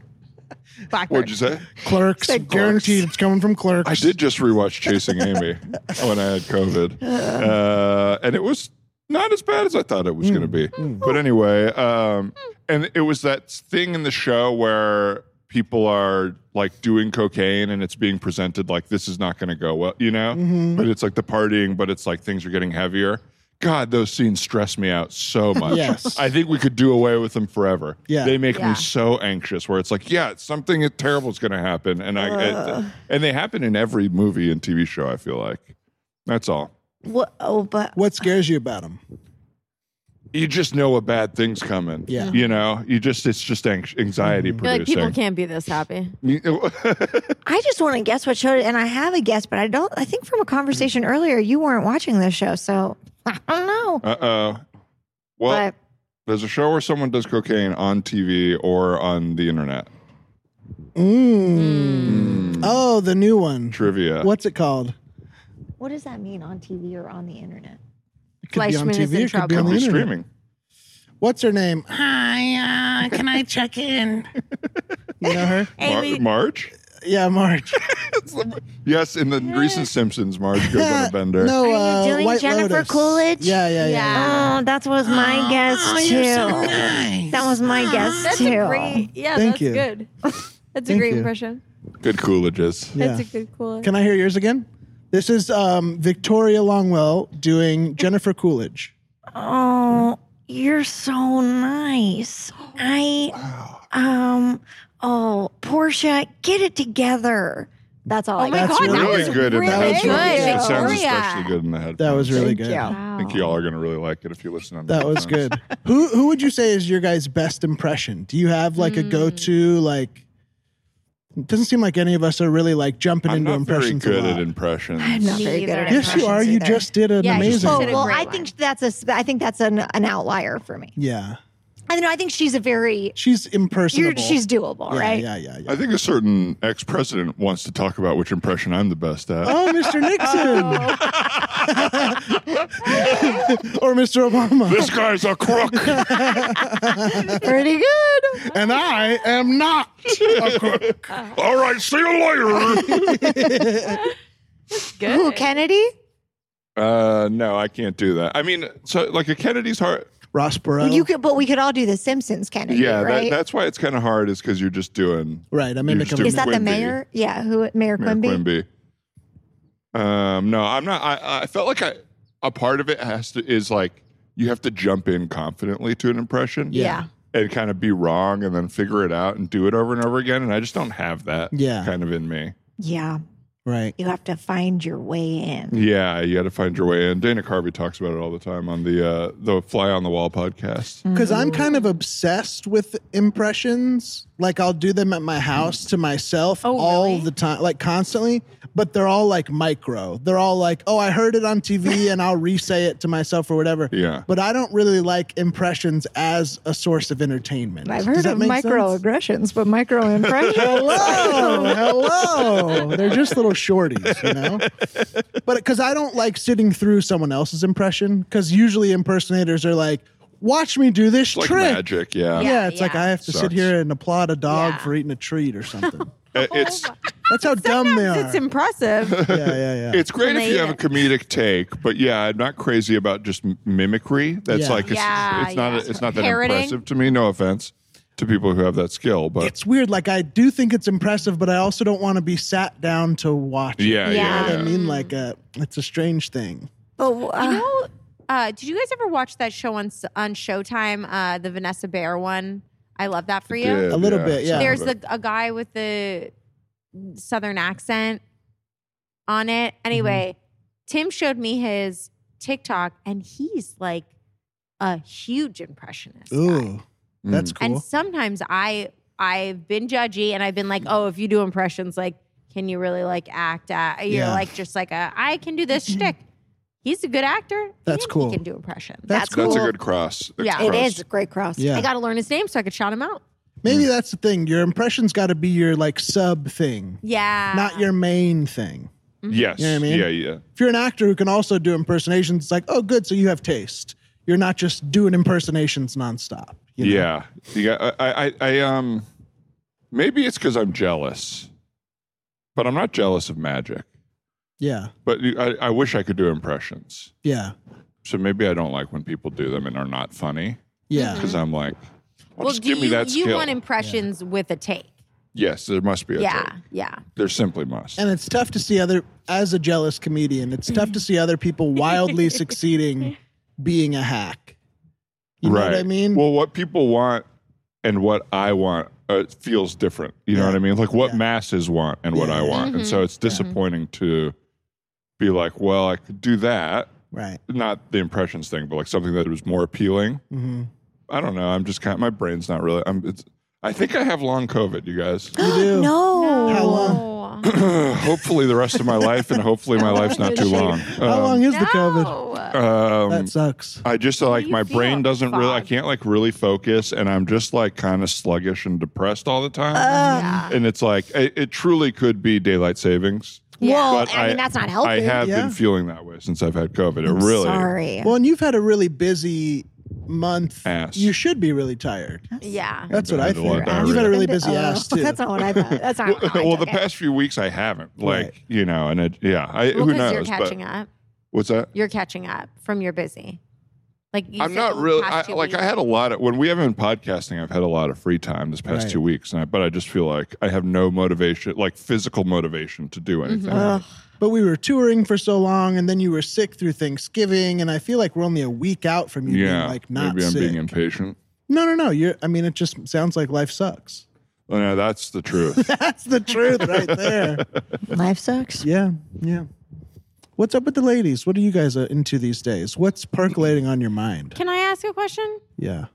D: Blackbird.
B: you say?
C: Clerks.
E: Said clerks.
C: Guaranteed it's coming from clerks.
B: I did just rewatch Chasing
C: (laughs)
B: Amy when I had COVID, uh, and it was not as bad as I thought it was
C: Mm.
B: going to be. But anyway, um, and it was that thing in the show where people are like doing cocaine, and it's being presented like this is not going to go well, you know.
C: Mm-hmm.
B: But it's like the partying, but it's like things are getting heavier. God, those scenes stress me out so much.
C: Yes.
B: I think we could do away with them forever.
C: Yeah.
B: They make
D: Yeah.
B: me so anxious where it's like, yeah, something terrible is going to happen. And I, it- and they happen in every movie and TV show, I feel like. That's all.
E: What, oh, but
C: What scares you about him?
B: You just know a bad thing's coming.
C: Yeah. Mm-hmm.
B: You know, you just, it's just anx- anxiety
D: You're like, people
B: producing.
D: can't be this happy.
B: (laughs)
E: I just want to guess what show, it- and I have a guess, but I don't. I think from a conversation earlier, you weren't watching this show, so I don't know.
B: uh oh. Well,
E: but
B: there's a show where someone does cocaine on TV or on the internet.
D: Hmm.
C: Oh, the new one.
B: Trivia.
C: What's it called?
E: what does that mean on TV or on the internet?
C: It could be on
D: Fleischman is in
C: TV. It could be on
D: trouble.
C: the
B: Be
C: internet.
B: streaming.
C: What's her name? Hi, uh, can I check in? (laughs) you know her?
B: Mar-
D: Amy,
B: Marge?
C: Yeah, (laughs) Marge.
B: Yes, in the recent Simpsons, Marge goes
C: (laughs)
B: on a bender.
C: No,
E: Are you
C: uh,
E: doing
C: White
E: Jennifer
C: Lotus.
E: Coolidge?
C: Yeah, yeah, yeah.
E: Oh, that was my
C: Ah,
E: guess too. That was my guess
D: that's
E: too.
D: a great. Yeah,
C: Thank
D: that's
C: you.
D: good. That's a
C: Thank
D: great
C: you.
D: impression.
B: Good Coolidges.
C: Yeah.
D: That's a good cool.
C: Can I hear yours again? This is um, Victoria Longwell doing Jennifer Coolidge.
E: Oh, you're so nice. I um. Oh, Portia, get it together. That's all.
D: Oh
E: I
D: my
E: got.
D: God,
C: really
D: that was
B: really good in the
D: really
C: That was
D: good.
C: really
B: headphones. It sounds
D: Victoria.
B: especially good in the headphones.
C: That was really
E: Thank
C: good.
E: you.
B: I think
D: Wow.
B: y'all are gonna really like it if you listen on. the
C: That was
B: headphones.
C: good. who who would you say is your guy's best impression? Do you have like a go to like? It doesn't seem like any of us are really like jumping
B: I'm
C: into
B: not very
C: impressions. a
B: good
C: lot.
B: at impressions.
E: I'm not
D: Me
E: very good at
D: either.
C: Yes, you are.
E: impressions
C: You
E: either.
C: just did an
D: Yeah, you just
C: amazing.
E: Oh
D: did a
E: well,
D: great
E: I
D: one.
E: think that's a. sp- I think that's an an outlier for me.
C: yeah,
E: I don't know. I think she's a very.
C: she's impersonable.
E: You're, she's doable,
C: yeah,
E: right?
C: Yeah, yeah, yeah.
B: I think a certain ex-president wants to talk about which impression I'm the best at.
C: Oh,
E: (laughs)
C: Mr. Nixon.
E: Oh.
C: or Mr. Obama.
B: (laughs) This guy's a
C: (laughs)
B: crook.
E: Pretty good.
C: And I am not.
B: (laughs) All right, see you later. (laughs)
D: Good.
E: Who Kennedy?
B: Uh, no, I can't do that. I mean, so like a Kennedy's heart.
C: Ross Perot.
E: You could, but we could all do the Simpsons Kennedy,
B: Yeah,
E: right?
B: that, that's why it's kind of hard. Is because you're just doing
C: right. I mean,
B: You're
C: like
B: stupid.
E: Is
C: a,
E: that the
B: Quimby.
E: mayor? Yeah, who Mayor
B: Mayor
E: Quimby?
B: Quimby. Um, no, I'm not. I, I felt like I a part of it has to is like you have to jump in confidently to an impression.
D: Yeah.
B: and kind of be wrong and then figure it out and do it over and over again. And I just don't have that
C: Yeah.
B: kind of in me.
E: Yeah,
C: right.
E: you have to find your way in.
B: Yeah, you got to find your way in. Dana Carvey talks about it all the time on the uh, the Fly on the Wall podcast.
C: Because I'm kind of obsessed with impressions. Like I'll do them at my house to myself
D: Oh,
C: all
D: really?
C: the time, like constantly. But they're all like micro. They're all like, oh, I heard it on
E: (laughs)
C: TV, and I'll re-say it to myself or whatever.
B: Yeah.
C: But I don't really like impressions as a source of entertainment. Does
E: I've heard
C: that
E: of
C: make sense?
E: microaggressions, but micro
C: (laughs)
E: impressions.
C: hello, hello. They're just little shorties, you know. But because I don't like sitting through someone else's impression, because usually impersonators are like, "Watch me do this
B: It's like
C: trick."
B: magic. Yeah.
C: Yeah, it's like
D: yeah.
C: I have to sit
B: Sucks.
C: here and applaud a dog
D: Yeah.
C: for eating a treat or something.
B: It- It's
C: That's how dumb they are.
D: Sometimes it's (laughs) impressive.
C: yeah, yeah, yeah.
B: It's great
D: And
B: if
D: they
B: you
D: eat
B: have a
D: it.
B: comedic take, but yeah, I'm not crazy about just m- mimicry. That's
C: Yeah.
B: like it's,
D: Yeah,
B: it's not
D: yeah.
B: it's not that
D: Parroting.
B: impressive to me. No offense to people who have that skill, but
C: It's weird. Like I do think it's impressive, but I also don't want to be sat down to watch. it.
B: yeah, yeah,
D: Yeah.
B: yeah.
C: I mean, like uh it's a strange thing.
E: But
D: you
E: uh,
D: know, uh, did you guys ever watch that show on S- on Showtime, uh, the Vanessa Bear one? I love that for you.
B: Did,
C: A little bit, yeah.
B: some
D: There's
B: of it.
D: the, a guy with the southern accent on it. Anyway,
C: Mm-hmm.
D: Tim showed me his TikTok, and he's like a huge impressionist. guy.
C: Ooh, that's
B: Mm.
C: cool.
D: And sometimes I I've been judgy, and I've been like, oh, if you do impressions, like, can you really like act? At, you're
C: Yeah.
D: like just like a I can do this
C: (laughs)
D: shtick. He's a good actor.
C: That's
D: and
C: cool.
D: He can do impressions.
C: That's
E: that's
B: that's
E: cool.
B: a good cross. That's
D: Yeah.
E: It
B: cross.
E: is a great cross.
C: Yeah.
D: I got to learn his name so I could shout him out.
C: Maybe that's the thing. Your impression's got to be your like sub thing,
D: Yeah.
C: not your main thing.
D: Mm-hmm.
B: Yes.
C: You know what I mean?
B: Yeah, yeah.
C: If you're an actor who can also do impersonations, it's like, oh, good. So you have taste. You're not just doing impersonations nonstop. you know?
B: Yeah. You got, I, I, I, um, maybe it's because I'm jealous, but I'm not jealous of magic.
C: Yeah.
B: But you- I, I wish I could do impressions.
C: Yeah.
B: So maybe I don't like when people do them and are not funny
C: Yeah.
B: because I'm like, well,
D: well,
B: just
D: do
B: give
D: you,
B: me that
D: you
B: skill.
D: want impressions with a take?
B: yes, there must be a
D: Yeah,
B: take.
D: yeah.
B: There simply must.
C: And it's tough to see other, as a jealous comedian, it's tough to see other people wildly succeeding being a hack. You know
B: right.
C: what I mean?
B: Well, what people want and what I want uh, feels different. You know
C: Yeah.
B: what I mean? Like what
C: Yeah.
B: masses want and what
C: Yeah.
B: I want. And
D: Mm-hmm.
B: so it's disappointing to be like, well, I could do that.
C: right.
B: not the impressions thing, but like something that was more appealing.
C: Mm-hmm.
B: I don't know. I'm just kind. Of, my brain's not really. I'm. It's. I think I have long COVID, you
D: (gasps)
B: guys.
C: You do.
E: (gasps) no.
C: How long?
D: (clears throat) Oh.
B: hopefully, the rest of my life, and hopefully, my life's not too long.
C: How long is the COVID?
D: No.
B: Um,
C: That sucks.
B: I just like
D: you
B: my
D: feel
B: brain doesn't really. I
D: fog?
B: can't like really focus, and I'm just like kind of sluggish and depressed all the time.
D: Yeah.
B: And it's like it, it truly could be daylight savings.
D: Yeah.
E: Well,
B: But
E: I,
B: I-
E: mean that's not healthy.
B: I have
C: Yeah.
B: been feeling that way since I've had COVID. It really.
E: Sorry.
C: Well, and you've had a really busy month.
B: Ass.
C: You should be really tired.
D: yeah.
C: That's what I
B: I've had a lot of
C: think. You've had a
B: diarrhea.
C: really busy
E: Oh,
C: ass too.
E: (laughs) That's not what
C: (laughs)
E: I thought. That's not.
B: (laughs) (laughs) Well,
E: how I
B: well, the
E: took it.
B: past few weeks I haven't. Like
C: Right.
B: you know, and it, yeah, I, who
D: Well, because
B: knows?
D: you're
B: but-
D: catching up.
B: What's that?
D: You're catching up from your busy. Like you
B: I'm
D: said
B: not
D: the
B: really
D: past
B: I,
D: two
B: like I
D: weeks.
B: had a lot of when we haven't been podcasting. I've had a lot of free time this past
C: Right.
B: two weeks, and I, but I just feel like I have no motivation, like physical motivation, to do
D: Mm-hmm.
B: anything.
E: oh.
C: But we were touring for so long, and then you were sick through Thanksgiving, and I feel like we're only a week out from you
B: Yeah,
C: being like not
B: maybe I'm
C: sick.
B: being impatient.
C: no, no, no. You're. I mean, it just sounds like life sucks. (laughs)
B: Well, no, that's the truth.
C: That's the truth
B: (laughs)
C: right there.
E: Life sucks.
C: Yeah, yeah. What's up with the ladies? What are you guys uh, into these days? What's percolating on your mind?
D: Can I ask a question?
C: Yeah.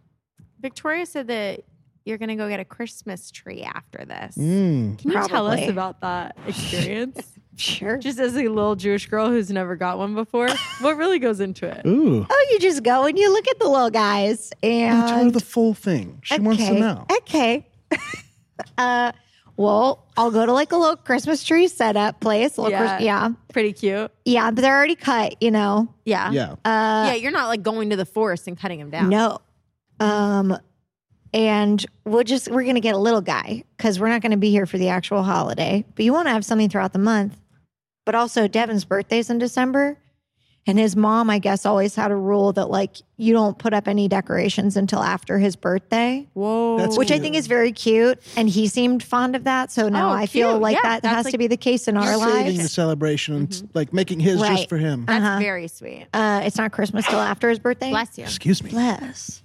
D: Victoria said that you're going to go get a Christmas tree after this.
C: Mm.
D: Can you tell us
E: Probably.
D: about (laughs) that experience?
E: Sure.
D: Just as a little Jewish girl who's never got one before, what really goes into
B: (laughs)
D: it?
C: Ooh.
E: oh, you just go and you look at the little guys
C: Tell her
E: and
C: the full thing. She wants to know.
E: Okay. (laughs) uh, well, I'll go to like a little Christmas tree setup place. Little
D: Yeah.
E: yeah. yeah,
D: Pretty cute.
E: yeah, but they're already cut. You know.
D: Yeah.
C: Yeah.
E: um,
D: yeah, you're not like going to the forest and cutting them down.
E: No. Um, and we'll just we're gonna get a little guy because we're not gonna be here for the actual holiday. But you want to have something throughout the month. But also Devin's birthday's in December. And his mom, I guess, always had a rule that like you don't put up any decorations until after his birthday.
D: Whoa.
C: That's
E: Which I
C: cute.
E: think is very cute, and he seemed fond of that. So now
D: Oh,
E: I feel
D: cute.
E: like
D: Yeah,
E: that
D: that's
E: has
D: like-
E: to be the case in our
C: You're saving the
E: lives. Mm-hmm.
C: celebration and s- like making his just
E: Right.
C: for him.
D: That's
E: Uh-huh.
D: very sweet.
E: Uh, it's not Christmas till after his birthday.
D: Bless you.
C: Excuse me.
E: Bless.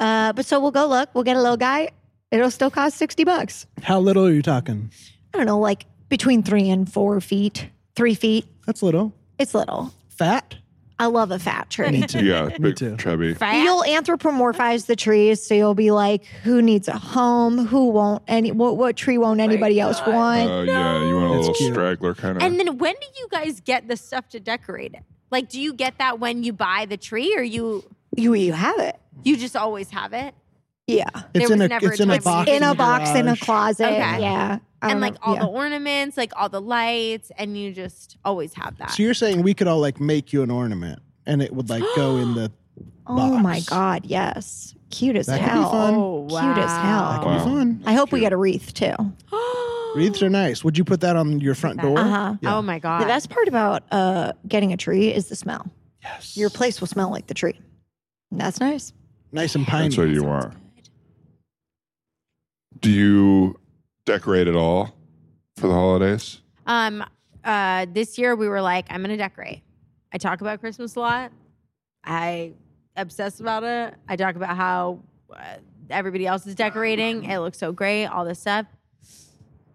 E: Uh, but so we'll go look. We'll get a little guy. It'll still cost sixty bucks.
C: How little are you talking?
E: I don't know, like between three and four feet, three feet.
C: That's little.
E: It's little.
C: Fat?
E: I love a fat tree.
B: yeah, big
C: too.
B: chubby.
E: You'll anthropomorphize the trees, so you'll be like, "Who needs a home? Who won't? Any what, what tree won't anybody else want?"
B: Oh yeah, you want a little
C: cute.
B: straggler kind of.
D: And then when do you guys get the stuff to decorate it? Like, do you get that when you buy the tree, or you
E: you you have it.
D: you just always have it?
E: Yeah,
C: It's
D: There
C: in
D: was
C: a
D: never
C: it's
D: a
C: in a
D: time when
C: box.
D: you-
E: in a box, in a
C: garage.
E: closet.
D: Okay.
E: Yeah, I
C: Um,
D: and
E: don't
D: like
E: know.
D: all
E: Yeah.
D: the ornaments, like all the lights, and you just always have that.
C: So you're saying we could all like make you an ornament and it would like go in the
E: (gasps) Oh my
C: box.
E: god, yes, cute as
C: That could be
E: hell.
C: fun.
D: Oh,
E: Cute as
D: wow.
E: hell.
C: That'd be fun.
E: I hope we get a wreath too.
D: (gasps)
C: Wreaths are nice. Would you put that on your front door?
E: Uh-huh.
C: Yeah.
D: Oh my god.
E: The best part about uh, getting a tree is the smell. Yes. Your place will smell like the tree. And that's nice.
C: Nice and piney.
B: That's what you are. Do you decorate at all for the holidays?
D: Um, uh, this year we were like, I'm gonna decorate. I talk about Christmas a lot. I obsess about it. I talk about how uh, everybody else is decorating. It looks so great, all this stuff.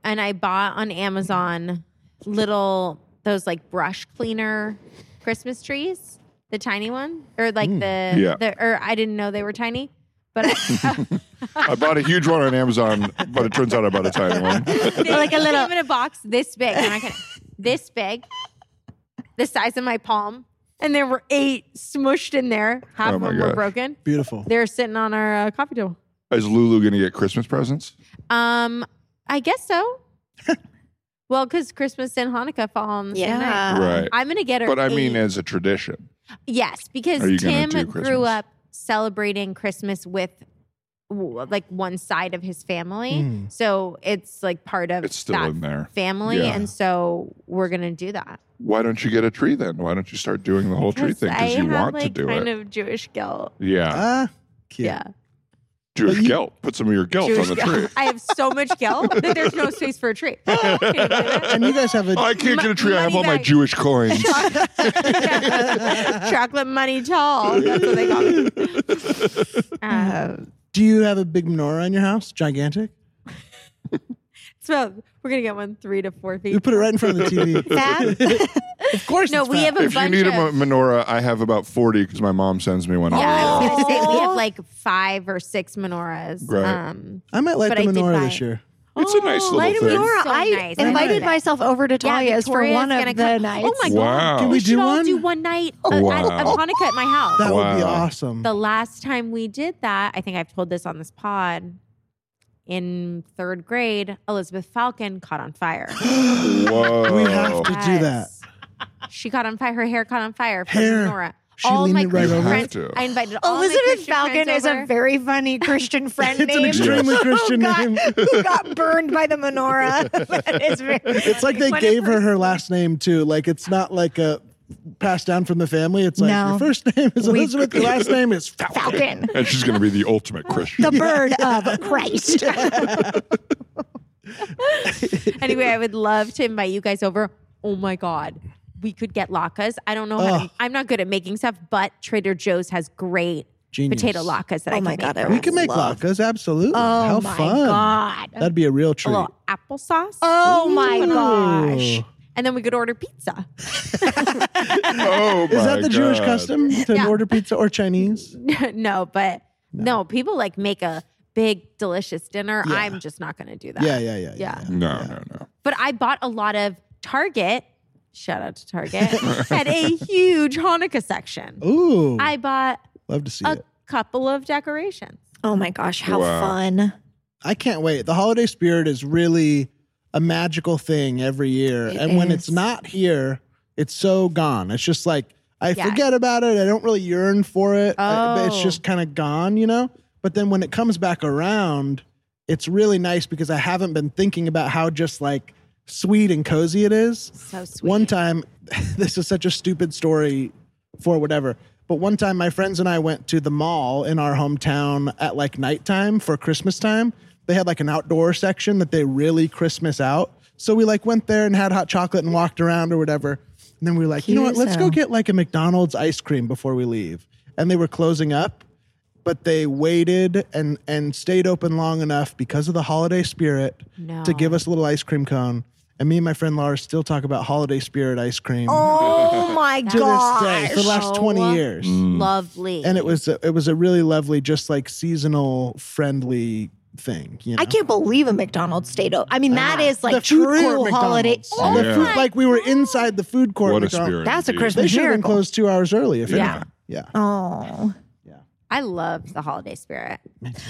D: And I bought on Amazon little those like brush cleaner Christmas trees, the tiny one, or like the,
B: Yeah.
D: the or I didn't know they were tiny, but
B: I bought a huge one on Amazon, but it turns out I bought a tiny one.
D: They like a little in a box this big. I'm not kidding. this big, the size of my palm, and there were eight smushed in there. Half
B: Oh
D: of
B: my
D: them
B: gosh.
D: were broken.
C: Beautiful.
D: They're sitting on our uh, coffee table.
B: Is Lulu going to get Christmas presents?
D: Um, I guess
B: (laughs)
D: so. well, because Christmas and Hanukkah fall on the same night.
E: Yeah.
B: right.
D: I'm gonna get her.
B: But I mean,
D: Uh, eight-
B: as a tradition.
D: yes,
B: Are you
D: because
B: gonna
D: Tim
B: do
D: grew
B: Christmas?
D: up celebrating Christmas with w- like one side of his family,
C: Mm.
D: so it's like part of
B: Hmm. It's still
D: that
B: in there.
D: family,
B: Yeah.
D: and so we're gonna do that.
B: Why don't you get a tree then? Why don't you start doing the whole tree thing? Because
D: I
B: you
D: have,
B: want to
D: like,
B: do
D: kind
B: it.
D: of Jewish guilt.
B: yeah.
C: Ah, cute.
D: Yeah.
B: Jewish
C: but you-
B: guilt. Put some of your guilt on
D: Jewish
B: the
D: guilt.
B: tree.
D: I have so much guilt that there's no space for
B: (laughs)
D: a tree. (laughs) Can you believe it?
C: And you guys have a
B: Oh, I can't
D: Mo-
B: get a tree. I have
D: money
B: all my
D: back.
B: Jewish
D: (laughs)
B: coins.
D: Chocolate money tall. That's what they call me. Uh,
C: do you have a big menorah in your house? Gigantic?
D: so we're gonna get one three to four
C: You
D: feet.
C: put it right
B: (laughs)
C: in front of the TV.
E: Fab?
C: of course.
D: No,
C: it's
D: we
C: fat.
D: have a
B: if you
D: bunch
B: need a
D: of.
B: mo- menorah, I have about 40 because my mom sends me one.
D: yeah, I
B: every
D: was
B: year.
D: gonna say we
E: Aw.
D: have like five or six menorahs.
B: Right.
D: Um,
C: I might light
D: but
C: the
D: I did
C: menorah
D: buy
C: this
D: it.
C: year.
B: It's a nice little
D: Oh, light a
B: thing.
D: menorah.
E: Nora,
D: So
E: I
D: nice. I
E: invited
D: love it.
E: myself over to
D: Yeah,
E: Taya's for
D: Victoria's
E: one of
D: gonna
E: the
D: come.
E: nights.
D: Oh my
B: Wow.
D: god!
B: Can
C: we
D: should
C: do
D: all do
C: one?
D: one night uh,
B: Wow.
D: at, of Hanukkah at my house.
C: That would be
B: Wow.
C: awesome.
D: the last time we did that, I think I've told this on this pod. In third grade, Elizabeth Falcon caught
C: (gasps)
D: on fire.
B: Whoa.
C: We have to do that.
D: Yes. She caught on fire. Her hair caught on fire. From
C: Hair.
D: Nora.
C: She
D: all
C: leaned
D: my
C: it right
D: Christian
B: over. You have
D: friends.
B: to.
D: I invited all my
E: Elizabeth
D: Christian
E: Falcon
D: friends
E: is
D: over.
E: a very
C: (laughs)
E: funny Christian friend
C: It's an
E: name.
C: extremely Christian
E: who got,
C: name.
E: Who got burned by the menorah? (laughs) it's, very
C: It's like they
D: When it
C: gave her
D: first-
C: her last name too. Like it's not like a passed down from the family. It's like
E: No.
C: your first name is Elizabeth, your last name is
E: (laughs)
C: Falcon. (laughs)
E: Falcon,
B: And she's going to be the ultimate Christian.
E: the bird of
C: (laughs)
E: Christ.
C: Oh
D: (laughs) anyway, I would love to invite you guys over. Oh my god. We could get latkes. I don't know how to,
C: Ugh.
D: I'm not good at making stuff, but Trader Joe's has great
C: Genius.
D: potato latkes that
E: Oh
D: I can
E: my
D: make
E: God, I
D: for
C: We
D: us.
C: can make
E: Love.
C: latkes, absolutely.
E: Oh
C: How
E: my
C: fun!
D: God.
C: That'd be a real
D: a
C: treat.
D: little applesauce.
E: Oh my
D: Ooh.
E: gosh.
D: And then we could order pizza.
B: (laughs)
D: (laughs)
B: Oh,
C: Is that
B: my
C: the Jewish
B: God.
C: custom to
D: Yeah.
C: order pizza or Chinese?
D: no, but no. people like make a big delicious dinner. I'm just not going to do that.
C: Yeah, yeah, yeah, yeah.
D: Yeah.
B: No, no, no.
D: But I bought a lot of Target. Shout out to Target
C: (laughs)
D: had a huge Hanukkah section.
C: Ooh,
D: I bought
C: love to see
D: a
C: it.
D: couple of decorations.
E: Oh my gosh, how
B: Wow.
E: fun!
C: I can't wait. The holiday spirit is really a magical thing every year,
E: It
C: and when it's
E: is.
C: not here, it's so gone. It's just like I
D: Yeah.
C: forget about it. I don't really yearn for it. I- but it's
D: Oh.
C: just kind of gone, you know. But then when it comes back around, it's really nice because I haven't been thinking about how just like sweet and cozy it is.
D: So sweet.
C: One time, (laughs) this is such a stupid story for whatever, but one time my friends and I went to the mall in our hometown at like nighttime for Christmas time. They had like an outdoor section that they really Christmas out. So we like went there and had hot chocolate and walked around or whatever. And then we were like, you know what? Let's go
E: Cute.
C: get like a McDonald's ice cream before we leave. And they were closing up, but they waited and and stayed open long enough because of the holiday spirit
D: No.
C: to give us a little ice cream cone. And me and my friend Lars still talk about holiday spirit ice cream
E: Oh
C: (laughs)
E: my
C: to this day
E: gosh!
C: for the last twenty years.
D: Lovely.
C: Mm. And it was a, it was a really lovely, just like seasonal friendly thing. You know?
E: I can't believe a McDonald's stayed open. I mean, that is like
C: Ah, the food
E: true
C: court
E: holiday.
C: McDonald's.
E: Oh,
C: The
B: Yeah.
C: food- like we were inside the food court.
B: What a
C: McDonald's.
B: spirit.
E: That's a
B: indeed.
E: Christmas
C: They should have been
E: Miracle.
C: closed two hours early. If
D: Yeah.
C: anything. yeah.
E: Oh,
D: I love the holiday spirit.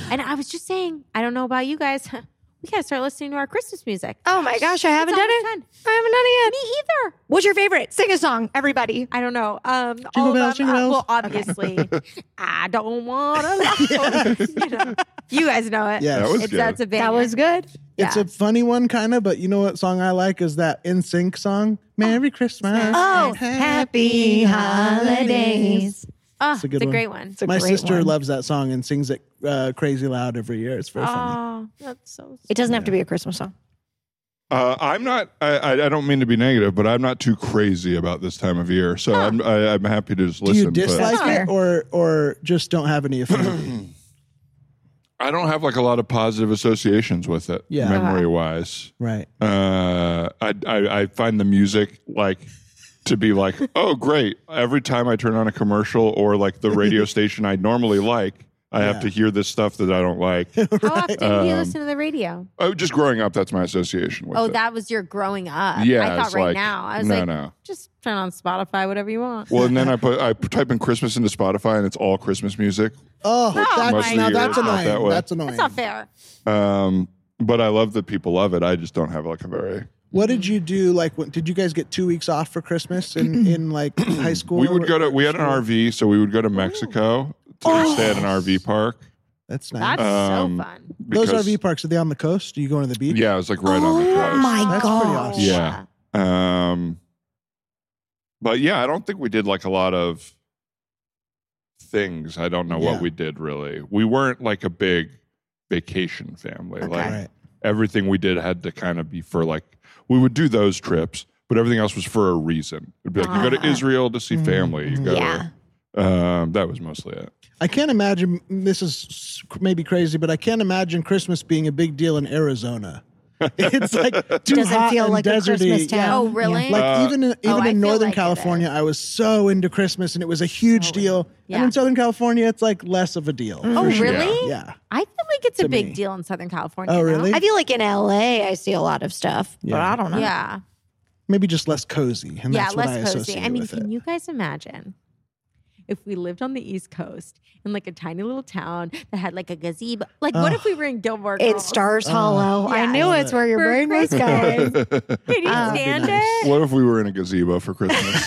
D: And I was just saying, I don't know about you guys. (laughs) We gotta start listening to our Christmas music.
E: oh my gosh! I haven't
D: It's
E: done it.
D: almost done.
E: I haven't done it yet.
D: Me either.
E: What's your favorite? Sing a song, everybody.
D: I don't know. Um, jingle
C: Jingle bells, jingle bells.
D: well, obviously,
C: (laughs)
D: I don't want to. You know, you guys know it.
C: Yes. That was
D: it's,
B: good.
D: that's a banger.
E: That was good.
C: It's
D: Yeah.
C: a funny one, kind of, but you know what song I like is that In Sync song, "Merry Christmas."
E: Oh, happy holidays.
D: Oh,
C: It's a good one.
D: great one.
E: a
C: My
E: great
C: sister
E: one.
C: loves that song and sings it uh, crazy loud every year. It's very funny.
D: Oh, that's
C: (laughs)
D: so.
E: It doesn't have to be a Christmas song.
B: Uh, I'm not. I, I I don't mean to be negative, but I'm not too crazy about this time of year. So I'm. I, I'm happy to just
C: Do you
B: listen.
C: dislike
E: That's fair.
C: it or or just don't have any affinity?
B: (clears throat) but I don't have like a lot of positive associations with it,
C: Yeah.
B: memory wise.
C: right.
B: Uh, I, I I find the music like to be
C: (laughs)
B: like, oh great! Every time I turn on a commercial or like the
C: (laughs)
B: radio station I normally like, I have
C: Yeah.
B: to hear this stuff that I don't
C: (laughs)
B: like.
D: How often
C: Um,
D: do you listen to the radio?
B: oh, just growing up, that's my association with
D: Oh,
B: it.
D: that was your growing up.
B: Yeah,
D: I thought
B: it's
D: right
B: like-
D: now. I was
B: no,
D: like,
B: no.
D: just turn on Spotify, whatever you want.
B: Well, and then I put I type in Christmas into Spotify, and it's all Christmas music.
C: Oh,
D: Most
C: that's
D: of
C: now
D: the
C: that's
D: years,
B: not
C: annoying.
B: that way.
C: that's annoying.
D: That's not fair.
B: Um, but I love that people love it. I just don't have like a very.
C: What did you do? Like, what, did you guys get two weeks off for Christmas
E: (clears throat)
C: in in like high school?
B: We would
C: or-
B: go to. We had an RV, so we would
C: Oh.
B: go to Mexico to stay at an RV park.
C: That's nice.
D: That's
B: Um,
D: so fun.
C: Those
B: because-
C: RV parks are they on the coast? Do you go to the beach?
B: Yeah, it was like right on
C: Oh
B: the coast.
E: my
C: That's pretty
E: gosh.
C: awesome.
B: Yeah. Um, but yeah, I don't think we did like a lot of things. I don't know
C: Yeah.
B: what we did really. We weren't like a big vacation family. Like
C: Right.
B: everything we did had to kind of be for like we would do those trips, but everything else was for a reason. It'd be like you go to
C: Ah.
E: Uh-huh.
B: Israel to
C: Mm-hmm.
B: see family. You go.
E: Yeah.
B: Um, that was mostly it.
C: I can't imagine. This is s- maybe crazy, but I can't imagine Christmas being a big deal in
B: (laughs)
C: Arizona. It's like too
E: Doesn't
C: hot
E: feel
C: and
E: like a
C: deserty.
E: Christmas
C: Yeah.
E: town.
D: Oh, really?
C: Like
B: Uh,
C: even in,
D: Oh,
C: even
D: I
C: in
D: feel
C: Northern
D: like it
C: California,
D: is.
C: I was so into Christmas and it was a huge deal. And
D: Yeah.
C: in Southern California, it's like less of a deal.
D: oh,
B: sure.
D: really?
C: Yeah.
D: I feel like it's a
C: To
D: big
C: me.
D: deal in Southern California.
C: Oh,
D: no?
C: really?
E: I feel like in LA, I see a lot of stuff, but
C: Yeah.
E: I don't know.
D: Yeah.
C: Maybe just less cozy, and
D: yeah,
C: that's what I
D: less cozy.
C: associate
D: I mean,
C: with
D: can
C: it.
D: you guys imagine if we lived on the East Coast in like a tiny little town that had like a gazebo? Like, what if we were in Gilmore Girls?
E: It stars
C: Uh,
E: Hollow.
D: Yeah,
E: I knew
C: I
E: it's where your
D: For
E: brain was going.
B: (laughs)
D: Can you
E: Um,
D: stand
C: nice.
D: it?
B: What if we were in a gazebo for Christmas?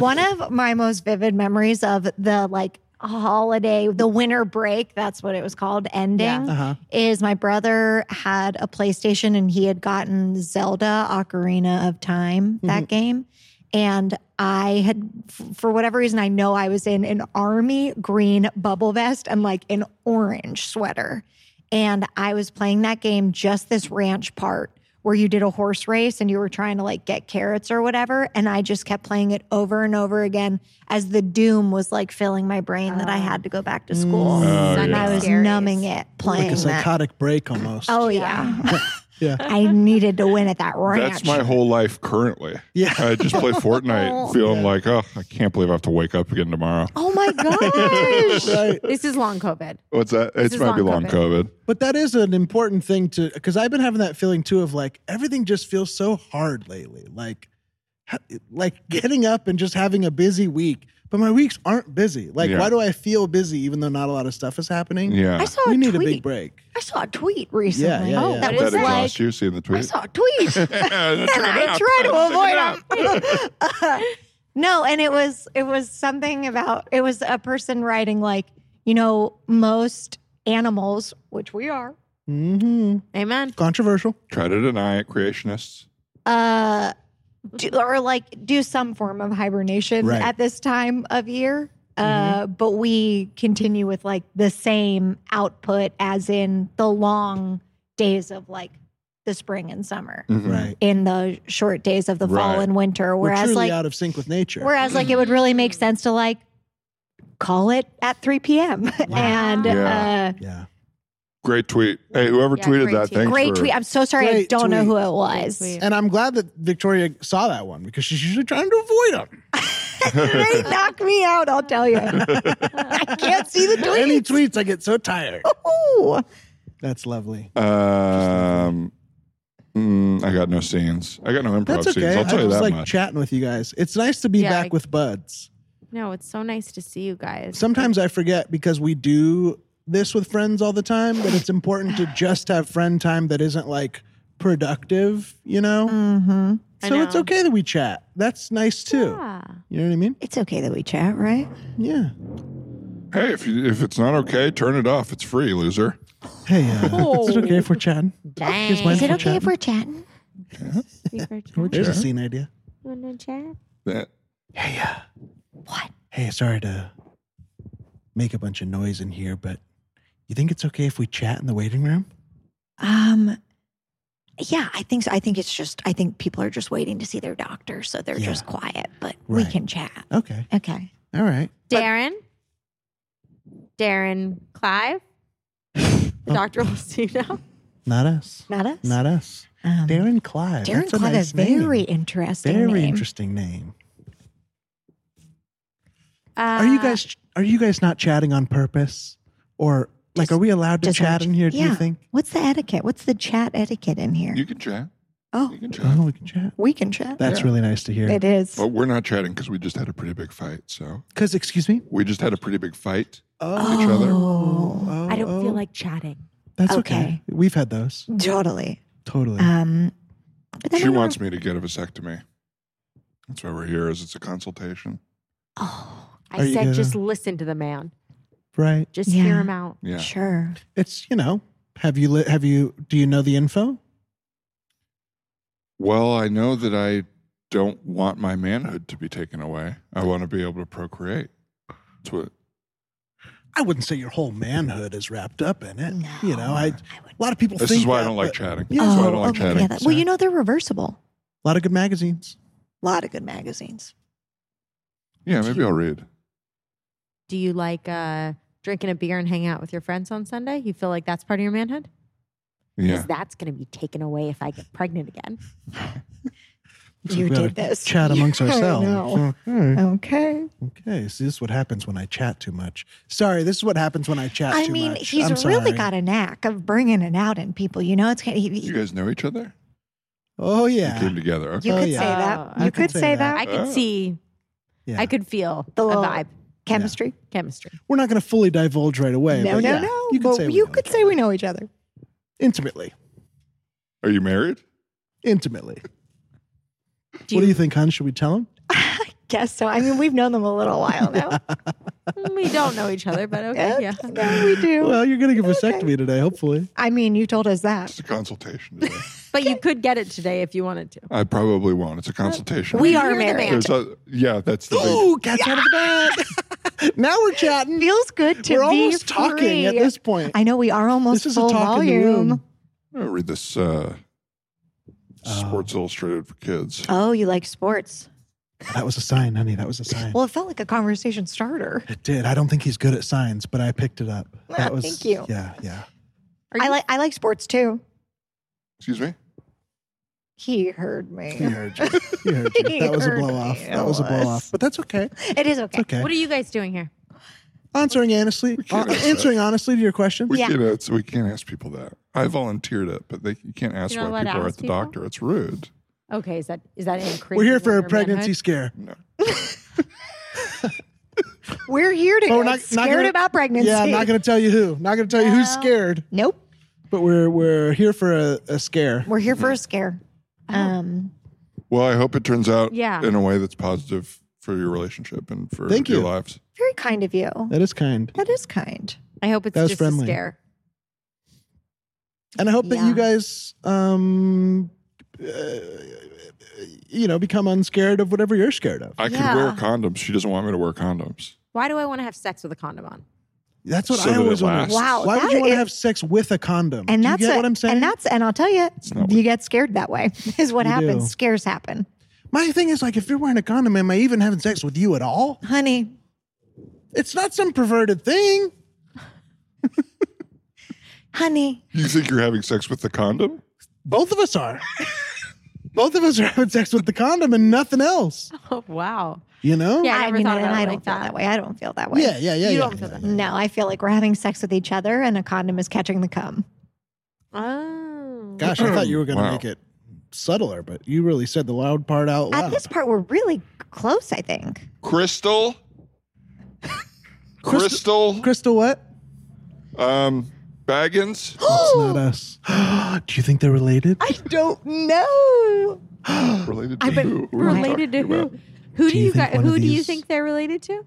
E: One of my most vivid memories of the like holiday, the winter break, that's what it was called, ending,
D: Yeah.
C: Uh-huh.
E: is my brother had a PlayStation and he had gotten Zelda Ocarina of Time, that game. And I had, f- for whatever reason, I know I was in an army green bubble vest and like an orange sweater. And I was playing that game, just this ranch part where you did a horse race and you were trying to like get carrots or whatever. And I just kept playing it over and over again as the doom was like filling my brain that I had to go back to school.
B: Oh,
E: and I
B: yeah.
E: was
D: Scary.
E: numbing it playing
C: Mm. Like a
E: that.
C: psychotic break almost.
E: Oh, yeah.
C: yeah.
E: I needed to win at that ranch.
B: That's my whole life currently.
C: Yeah.
B: I just play Fortnite, feeling
C: Yeah.
B: like, oh, I can't believe I have to wake up again tomorrow.
E: Oh
C: (laughs)
E: my
C: (laughs)
E: gosh.
C: Right.
D: This is long COVID.
B: What's that? It's
D: is
B: might be
D: long
B: long COVID.
C: But that is an important thing to because I've been having that feeling too of like everything just feels so hard lately. Like, ha- like getting up and just having a busy week. But my weeks aren't busy. Like,
B: Yeah.
C: why do I feel busy even though not a lot of stuff is happening?
B: Yeah.
E: I saw
D: Oh,
C: we
E: a
C: need
E: tweet.
C: a big break.
E: I saw a tweet recently.
C: yeah, Oh, yeah.
E: That
D: what
E: was
B: that
D: is
E: like,
B: exhaust you seeing the
E: I
B: tweet. (laughs)
E: saw
C: (laughs)
E: a tweet.
B: and
E: and I try to avoid (laughs) them. no, and it was it was something about it was a person writing like you know most animals, which we are,
C: hmm
D: Amen.
C: Controversial.
B: Try to deny it, creationists.
E: uh, do, or like do some form of hibernation
C: Right. Mm-hmm.
E: at this time of year. Uh, But we continue with like the same output as in the long days of like the spring and
C: Mm.
E: summer,
B: Mm-hmm.
C: Right.
E: in the short days of the fall
B: Right.
E: and winter.
C: We're
E: Whereas
C: truly
E: like
C: out of sync with nature.
E: Whereas, like, it would really make sense to like call it at 3 (laughs) p.m. and
B: Yeah.
E: uh,
C: yeah.
B: Great tweet. Hey, whoever
D: Yeah,
B: tweeted
D: great
B: that,
D: tweet.
B: thanks
E: great
B: for-
E: tweet. I'm so sorry, I
C: Great
E: don't know
C: tweet.
E: who it
C: (laughs)
E: was.
D: tweet.
C: And I'm glad that Victoria saw that one because she's usually trying to avoid them.
E: they knock me out. I'll tell you. I can't see the tweet.
C: Any tweets, I get so tired.
D: Oh!
E: Ooh.
C: That's lovely.
B: Um, mm, I got no scenes. I got no improv
C: That's okay.
B: scenes. Oh,
C: I
B: I'll tell you
C: just
B: that
C: like
B: much.
C: chatting with you guys. It's nice to be
D: Yeah,
C: back
D: I-
C: with buds.
D: No, it's so nice to see you guys.
C: Sometimes I forget because we do this with friends all the time that it's important to just have friend time that isn't like productive, you know?
D: Mm-hmm. I
C: So it's
D: know.
C: okay that we chat. That's nice too.
D: Yeah.
C: You know what I mean?
E: It's okay that we chat, right?
C: Yeah.
B: hey, if you, if it's not okay, turn it off. It's free, loser.
C: Hey, uh,
D: Oh.
C: is it okay if we're chatting?
D: Dang.
C: Here's mine.
E: Is it
C: We're
E: okay if
C: chatting.
E: we're chatting?
C: There's a scene idea.
D: Want to chat?
B: That-
C: Hey, uh,
E: What?
C: hey, sorry to make a bunch of noise in here, but you think it's okay if we chat in the waiting room?
E: Um, yeah, I think so. I think it's just, I think people are just waiting to see their doctor. So they're
C: Yeah.
E: just quiet, but we
C: Right.
E: can chat.
C: Okay,
E: Okay.
C: all right.
D: Darren? Darren Clive? The
C: (laughs) Oh.
D: doctor wants to know.
C: Not us.
E: Not us?
C: Not us.
E: Um,
C: Darren Clive.
E: Darren
C: That's a
E: Clive
C: nice
E: is very
C: name.
E: interesting.
C: very
E: name.
C: interesting name.
D: Uh,
C: Are you guys are you guys not chatting on purpose, or like
E: Just-
C: are we allowed to
E: just
C: chat
E: on-
C: in here? Do
E: yeah.
C: you think?
E: What's the etiquette? What's the chat etiquette in here?
B: You can chat.
E: oh,
B: You can chat.
C: Oh, we can chat.
E: we can chat.
C: That's
B: Yeah.
C: really nice to hear.
E: It is.
B: But we're not chatting because we just had a pretty big fight. So
C: Because excuse me.
B: we just had a pretty big fight.
C: Oh,
B: each other.
C: oh,
D: I don't
C: oh.
D: feel like chatting.
C: that's okay.
E: Okay.
C: We've had those
E: Totally.
C: totally.
E: Um, but then
B: She
E: I don't-
B: wants me to get a vasectomy. That's why we're here. Is it's a consultation?
E: Oh,
D: I
C: Are you
D: said
C: gonna-
D: just listen to the man.
C: right?
D: Just
E: Yeah.
D: hear him out.
B: Yeah.
E: sure.
C: It's you know. Have you li- have you do you know the info?
B: Well, I know that I don't want my manhood to be taken away. I want to be able to procreate. That's what.
C: I wouldn't say your whole manhood is wrapped up in it.
E: No,
C: You know, I,
E: I would-
C: a lot of people.
B: This
C: think
B: is why I
C: that,
B: don't like
C: but
B: chatting.
C: Yeah.
B: That's why I
E: oh,
B: don't like
E: okay.
B: chatting.
E: Yeah, that- well,
C: Sorry.
E: you know they're reversible.
C: A lot of good magazines.
E: A lot of good magazines.
B: Yeah, maybe I'll read.
D: Do you like uh, drinking a beer and hanging out with your friends on Sunday? You feel like that's part of your manhood? Because
B: Yeah.
D: that's going to be taken away if I get pregnant again.
C: we
E: You
C: oughta
E: did this.
C: Chat amongst
E: (laughs) I
C: ourselves.
E: know.
C: Okay.
E: Okay.
C: Okay, so this is what happens when I chat too much. Sorry, this is what happens when I chat
E: I
C: too
E: mean,
C: much.
E: he's
C: I'm
E: really
C: sorry.
E: got a knack of bringing it out in people. You know, it's kind of, he,
B: You
E: you,
B: guys know each other?
C: Oh
B: You
E: Uh,
C: yeah,
B: came together. Okay.
C: Oh,
E: could
C: yeah.
E: say
D: Oh,
E: that.
D: I
E: You
C: could
E: could
C: say
E: say,
C: that.
E: that.
D: I could
B: Oh.
D: see,
C: yeah.
D: I could feel
E: The
D: the
E: little-
D: vibe,
E: Chemistry.
D: chemistry.
C: We're not going to fully divulge right away.
E: No,
C: but
E: no,
C: yeah,
E: no.
C: You could
E: but
C: say we
E: you
C: know
E: could
C: each
E: say
C: other.
E: we know each other.
C: intimately,
B: Are you married?
C: intimately.
D: Do
C: what do
D: you-
C: you think, hon? Should we tell him?
E: Guess so. I mean, we've known them a little while now.
D: (laughs) We don't know each other, but (laughs) okay, yeah.
E: yeah, we do.
C: Well, you're going to give
E: Okay.
C: vasectomy today, hopefully.
E: I mean, you told us that.
B: It's a consultation
E: (laughs)
B: today.
D: But you could get it today if you wanted to.
B: I probably won't. It's a consultation.
E: We
D: You're
E: are
D: the
E: married.
D: man.
B: There's a- yeah, that's the
E: (gasps)
B: big.
C: Ooh, cat's out of the bag. (laughs) now we're chatting.
E: Feels good to
C: we're
E: be
C: almost talking
E: free.
C: at this point.
E: I know we are almost
C: this is
E: full
C: a talk in
E: volume.
C: the room.
B: I read this uh, Sports Illustrated for kids.
E: Oh, you like sports?
C: That was a sign, honey. That was a sign.
E: Well, it felt like a conversation starter.
C: it did. I don't think he's good at signs, but I picked it up. That
E: Ah,
C: was
E: thank you.
C: Yeah,
E: (laughs)
C: yeah.
D: Are
E: I
D: you-
E: like I like sports too.
B: Excuse me.
E: He heard me.
C: He heard you. He heard you.
E: He
C: That was a
E: heard
C: blow off.
E: me.
C: That was a
E: It
C: blow off.
E: was.
C: But that's okay.
E: (laughs) It is okay.
C: It's okay.
D: What are you guys doing here?
C: answering honestly,
B: can't
C: uh,
B: ask
C: answering honestly to your question.
B: We
E: Yeah.
B: can't. Ask, we can't ask people that. I volunteered it, but they you can't ask
D: You're not
B: why
D: allowed to
B: people are at
D: ask
B: the
D: people?
B: doctor. It's rude.
D: Okay, is that is that increasing?
C: We're here for a
D: your
C: pregnancy
D: manhood?
C: scare.
B: No.
E: We're here to
C: But we're
E: get
C: Oh, not- not
E: scared
C: gonna-
E: about pregnancy.
C: Yeah, I'm not going to tell you who. Not going to tell you who's
E: No.
C: scared.
E: Nope.
C: But we're we're here for a, a scare.
E: We're here for a scare. Um,
B: Well, I hope it turns out
D: Yeah.
B: in a way that's positive for your relationship and for
C: Thank
B: your
C: you.
B: lives.
E: very kind of you.
C: That is kind,
E: That is kind.
D: I hope it's
C: That was
D: just
C: friendly.
D: a scare.
C: and I hope that
E: Yeah.
C: you guys, um, uh, you know, become unscared of whatever you're scared of.
B: I can
E: Yeah.
B: wear condoms. She doesn't want me to wear condoms.
D: Why do I want to have sex with a condom on?
C: That's what
B: So
C: I
B: that it
C: always wonder.
B: lasts.
E: Wow,
C: Why would
E: that
C: you want to
E: is-
C: have sex with a condom?
E: And
C: Do
E: that's
C: you get
E: a-
C: what I'm saying.
E: And that's and I'll tell you,
B: not
E: you get scared that way. (laughs) Is what
C: You
E: happens.
C: do.
E: Scares happen,
C: My thing is like, if you're wearing a condom, am I even having sex with you at all?
E: honey.
C: It's not some perverted thing.
E: Honey,
B: You think you're having sex with the condom?
C: Both of us are. (laughs) Both of us are having sex with the condom and nothing else.
D: (laughs) Oh wow.
C: You know?
D: Yeah, I
E: I,
D: never
E: mean,
D: thought
E: and
D: about it
E: I
D: like
E: don't feel
D: that.
E: that. way. I don't feel that way.
C: yeah, yeah, yeah.
D: You
C: yeah,
D: don't feel
C: yeah,
D: that.
C: yeah.
E: No, I feel like we're having sex with each other, and a condom is catching the cum.
D: Oh.
C: Gosh, I thought you were going to
B: Wow.
C: make it subtler, but you really said the loud part out
E: At
C: loud.
E: this part, we're really close. I think.
B: Crystal. Crystal.
C: Crystal, what?
B: Um,
C: (gasps)
B: Baggins.
C: It's not us. (gasps) Do you think they're related?
E: I don't know.
B: related to
E: I've been
B: who? What are we
D: Related to
B: talking
D: who?
B: about?
D: Who do
C: you
D: you
C: think
D: guys,
C: one of
D: who do you
C: these-
D: think they're related to?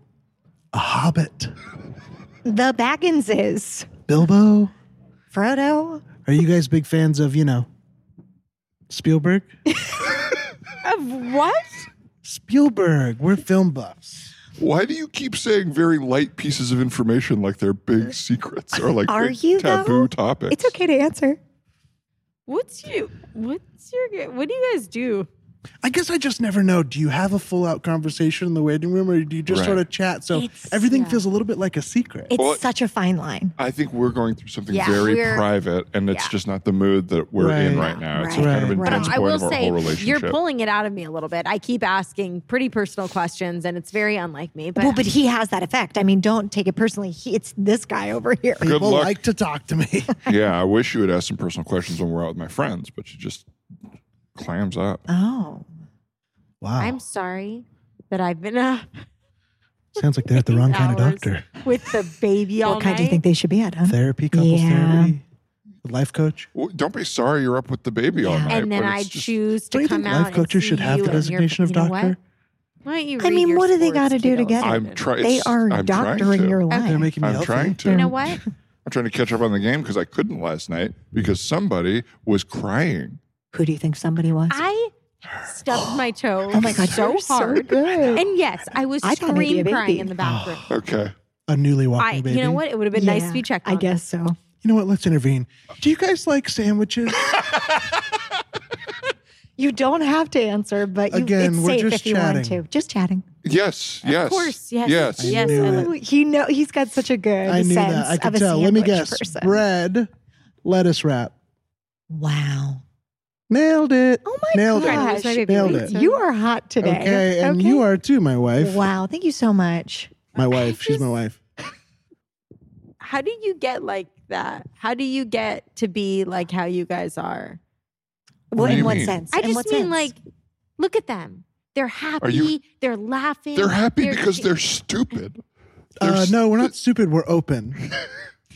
C: A hobbit.
E: The Bagginses.
C: Bilbo?
E: Frodo.
C: Are you guys big fans of, you know,
D: (laughs)
C: Spielberg?
D: Of what?
C: Spielberg. We're film buffs.
B: Why do you keep saying very light pieces of information like they're
D: Uh,
B: big secrets or like
E: Are
B: big
E: you,
B: taboo
E: though?
B: topics?
E: It's okay to answer.
D: What's you? What's your? What do you guys do?
C: I guess I just never know. Do you have a full out conversation in the waiting room or do you just
B: Right.
C: sort of chat? So
E: It's-
C: everything
D: yeah.
C: feels a little bit like a secret.
E: It's
B: Well,
E: such a fine line.
B: I think we're going through something
D: Yeah,
B: very
D: we're-
B: private, and it's
D: yeah.
B: just not the mood that we're in
C: Right.
B: right now. It's
E: Right.
B: a kind of
C: Right. But
B: intense
D: I
B: point
D: will
B: of our
D: say
B: whole relationship.
D: you're pulling it out of me a little bit. I keep asking pretty personal questions, and it's very unlike me. But,
E: well, but um, he has that effect. I mean, don't take it personally. He, it's this guy over here.
B: Good
C: People
B: luck.
C: like to talk to
D: (laughs)
C: me.
B: (laughs) yeah, I wish you would ask some personal questions when we're out with my friends, but she just clams up.
E: Oh,
C: wow.
D: I'm sorry that I've been up
C: Sounds like they're at the wrong kind of
D: hours
C: doctor.
D: with the baby all
E: what kind do you
D: night.
E: think they should be at, huh?
C: Therapy, couples
E: Yeah.
C: therapy, life coach.
B: Well, don't be sorry you're up with the baby all
E: Yeah.
B: night.
D: and then
B: but
D: I
B: it's just-
D: choose to
C: Don't you
D: come
C: think
D: out.
C: life
D: and
C: coaches
D: see
C: should have
D: you
C: the
D: and you're-
C: designation of
D: you know what?
C: doctor?
D: Why don't you
E: I
D: read
E: mean,
D: your
E: what do they
D: sports
E: gotta do to
D: kiddos?
E: get it?
B: I'm trying.
E: They are doctoring your life.
B: I'm
C: They're making me healthy.
B: trying to.
D: You
E: (laughs)
D: know what?
B: I'm trying to catch up on the game because I couldn't last night because somebody was crying.
E: Who do you think somebody was?
D: I stubbed my toe.
E: (gasps) oh my god,
D: so
E: you're
D: hard.
E: So good.
D: and yes, I was
E: I thought maybe a
D: scream crying
E: baby.
D: in the bathroom.
B: Okay.
C: A newly
D: I,
C: walking baby.
D: you know what? It would have been nice to be checked.
E: I
D: on.
E: guess so.
C: You know what? Let's intervene. Do you guys like sandwiches?
E: You don't have to answer, but you,
C: Again,
E: it's
C: we're
E: safe
C: just
E: if you want
C: chatting.
E: to. Just chatting.
B: Yes. yes.
D: Of course, yes,
B: Yes.
D: yes. Uh,
C: knew
D: I
C: it.
D: love-
E: Ooh, Oh, He know he's got such a good
C: I knew
E: sense
C: that. I
E: of
C: could
E: a
C: tell. Let me
E: sandwich
C: guess.
E: person.
C: Bread, lettuce wrap.
E: Wow,
C: Nailed it.
E: Oh my
C: Nailed
E: God.
D: Trying to lose my
C: It.
D: baby
C: Nailed
D: weight,
C: it.
D: so-
E: you are hot today.
C: Okay, and you are too, my wife.
E: Wow, thank you so much.
C: My wife. She's
D: just-
C: my wife.
D: How do you get like that? How do you get to be like how you guys are?
B: What
E: Well,
B: do
E: in
B: you
E: what
B: mean?
E: sense?
D: I
E: In
D: just
E: what
D: mean
E: sense?
D: like, look at them. They're happy.
B: you-
D: they're laughing.
B: They're happy because
D: j-
B: they're stupid.
C: Uh,
B: There's-
C: no, we're
E: (laughs)
C: not stupid. We're open.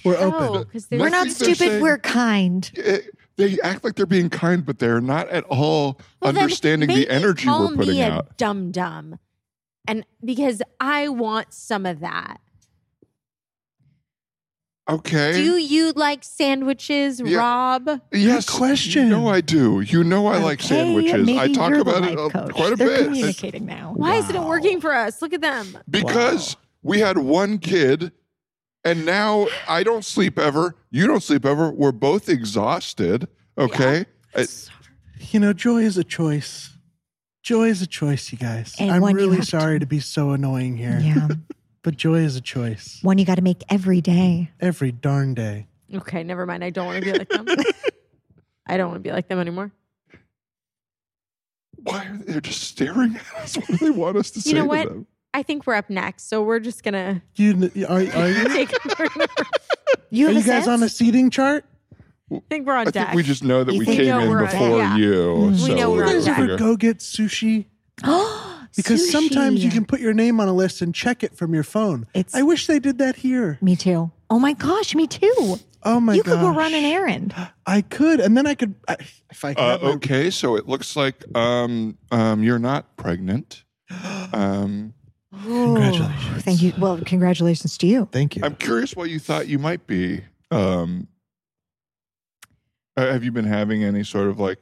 C: We're
D: (laughs) Oh,
C: open.
D: 'cause they're
E: we're not
B: think they're
E: stupid.
B: saying-
E: we're kind.
B: it- eh, they act like they're being kind, but they're not at all
D: Well, then
B: understanding
D: maybe
B: the energy
D: call
B: we're putting
D: me
B: out.
D: A dumb dumb, and because I want some of that.
B: Okay.
D: Do you like sandwiches,
B: Yeah.
D: Rob?
B: yes.
C: Good question.
B: You know I do. You know I like
E: Okay,
B: sandwiches.
E: maybe
B: I talk
E: you're the
B: about it
E: life
B: uh,
E: coach.
B: quite a
E: They're
B: bit. It's-
E: communicating now.
D: Why isn't it
C: Wow.
D: working for us? Look at them.
B: Because we had one kid and now I don't sleep ever. You don't sleep ever. We're both exhausted. Okay. I-
C: You know, joy is a choice. Joy is a choice, you guys.
E: And
C: I'm
E: one you
C: really
E: have to-
C: sorry to be so annoying here,
E: Yeah,
C: but joy is a choice
E: (laughs) one you got to make every day.
C: every darn day.
D: Okay, never mind. I don't want to be like them. I don't want to be like them anymore.
B: why are they just staring at us? What do they want us to say
D: You know
B: to
D: what?
B: them?
D: I think we're up next, so we're just gonna
C: You are, are
E: (laughs)
C: you?
D: take. (laughs) I
E: You
C: Are you
E: have a
C: guys
E: sense?
C: on a
E: (gasps)
C: seating chart?
D: think we're on
B: I
D: deck.
B: think we just know that
E: You
B: we
E: think-
B: came
D: We know
B: in
D: we're on
B: before
D: deck.
B: you.
C: We
B: so
D: know we're
C: You
D: on
C: guys
D: deck.
C: ever go get sushi? Because sometimes you
E: Sushi.
C: can put your name on a list and check it from your phone.
E: It's-
C: I wish they did that here.
E: Me too. Oh my gosh, me too.
C: Oh my god.
E: you could go run an errand.
C: (gasps) I could, and then I could. I, if I could.
B: Uh,
C: have my-
B: okay, so it looks like um, um, you're not pregnant. Um,
C: Congratulations.
E: Ooh, Thank you. Well, congratulations to you.
C: Thank you.
B: I'm curious why you thought you might be. Um, uh, have you been having any sort of like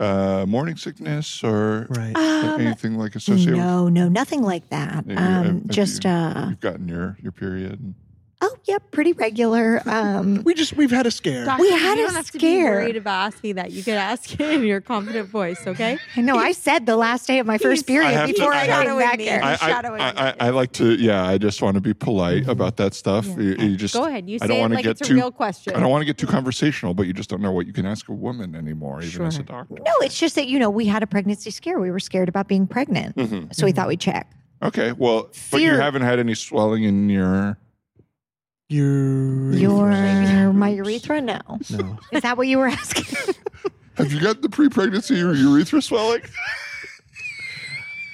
B: uh, morning sickness or
C: right.
E: Um,
B: anything like associated? with
E: no, no, nothing like that.
B: Yeah, have-
E: Um,
B: have
E: just
B: you-
E: uh,
B: You've gotten your your period.
E: oh, yeah, pretty regular. Um, (laughs)
C: we just we've had a scare.
D: Doctor,
E: we had
D: you
E: a
D: don't have to be
E: scare.
D: worried about asking that. You could ask it in your confident voice, okay?
E: I know. I said the last day of my first
D: He's- I
E: period
B: have to-
E: before
B: I
E: I
B: have-
E: got back
D: Shadowing me.
E: here.
B: (laughs) I, I,
D: Shadowing. Mm-hmm.
B: I, I, I like to. Yeah, I just want to be polite about that stuff. You, you just
D: Go ahead. You
B: I
D: say
B: don't
D: it
B: want to
D: like
B: get
D: it's a
B: too.
D: real question.
B: I don't want to get too conversational, but you just don't know what you can ask a woman anymore, even as a
D: Sure.
B: doctor.
E: no, it's just that you know we had a pregnancy scare. We were scared about being pregnant,
B: Mhm.
E: so we thought we'd check.
B: Okay, well, but you
E: Fear.
B: haven't had any swelling in your.
C: Your
E: Your my urethra? No,
C: no.
E: is that what you were (laughs) asking?
B: Have you got the pre-pregnancy or urethra swelling? (laughs)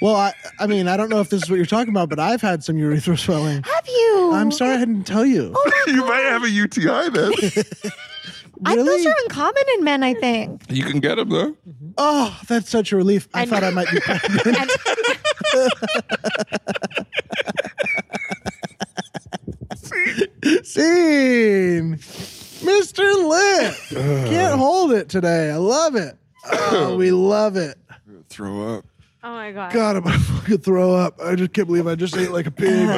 C: Well, I, I mean, I don't know if this is what you're talking about, but I've had some urethra
E: (gasps)
C: swelling.
E: have you?
C: I'm sorry I didn't tell you.
E: Oh.
B: you might have a UTI
D: (laughs)
B: then.
E: I,
C: really?
E: Those are uncommon in men, I think.
B: you can get them though.
C: Oh, that's such a relief. I
D: And-
C: thought I might be
E: (laughs)
C: pregnant.
D: And- (laughs)
C: Scene. Mr. Lit. Can't hold it today. I love it. Oh, (coughs) we love it.
B: Throw up.
D: Oh my god.
C: God, I'm gonna fucking throw up. I just can't believe I just ate like a pig.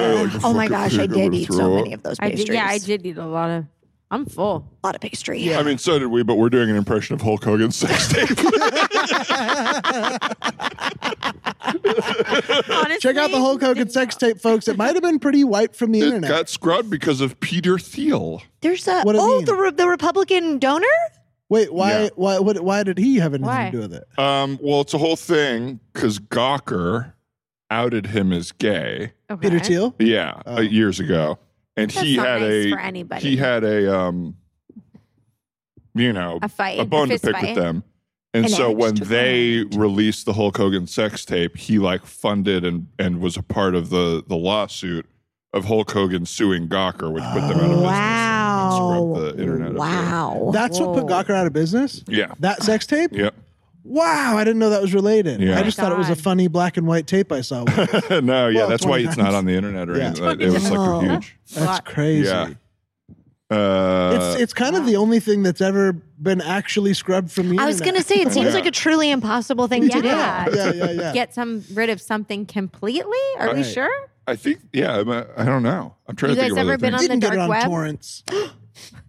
E: Oh my gosh, I did eat so many
B: of.
E: of those
D: I
E: pastries.
D: did, yeah, I did eat a lot of. I'm full.
E: A lot of pastry.
B: I mean, so did we, but we're doing an impression of Hulk Hogan's sex
D: (laughs)
B: tape.
C: (coughs)
D: Honestly,
C: Check out the Hulk Hogan sex tape, folks. It might have been pretty wiped from the
B: it
C: internet.
B: got scrubbed because of Peter Thiel.
E: There's a
C: What do you
E: oh
C: mean?
E: the re- the Republican donor.
C: Wait, why?
B: Yeah.
C: Why? What, why did he have anything
D: Why?
C: to do with it?
B: Um, well, it's a whole thing because Gawker outed him as gay.
D: Okay.
C: Peter Thiel.
B: Yeah, uh,
C: Oh.
B: years ago, and
D: That's
B: he
D: not
B: had
D: nice
B: a
D: for anybody.
B: he had a um, you know,
D: A fight,
B: a
D: a
B: bone to
D: fist
B: pick
D: fight.
B: with them. And
E: An
B: so
E: axe
B: when
E: to
B: they released the Hulk Hogan sex tape, he like funded and and was a part of the the lawsuit of Hulk Hogan suing Gawker, which put them out of
E: Wow.
B: business. and scrubbed the internet. up there.
E: Wow.
C: That's what put
D: Whoa.
C: Gawker out of business.
B: Yeah.
C: That (sighs) sex tape.
B: Yep.
C: Wow, I didn't know that was related.
B: Yeah.
C: I just thought it was a
D: God.
C: funny black and white tape I (laughs) saw. once.
B: (laughs) no, yeah,
C: Well,
B: that's why
C: 20
B: it's not
C: times.
B: on the internet or
C: Yeah.
B: anything. It was like a
E: Fucking
B: huge.
C: That's crazy.
B: Yeah. Uh,
C: It's it's kind of the only thing that's ever been actually scrubbed from the
E: I was
C: internet.
E: gonna say it seems
B: Yeah.
E: like a truly impossible thing to do.
D: Yeah.
C: yeah, yeah, yeah.
D: Get some rid of something completely? Are we
C: Right.
D: sure?
B: I think, yeah, I'm a, I don't know. I'm trying
D: You
B: to think
D: guys
B: of
D: ever
B: other
D: been
B: things.
D: on the
C: Didn't get it on
D: dark web?
C: torrents.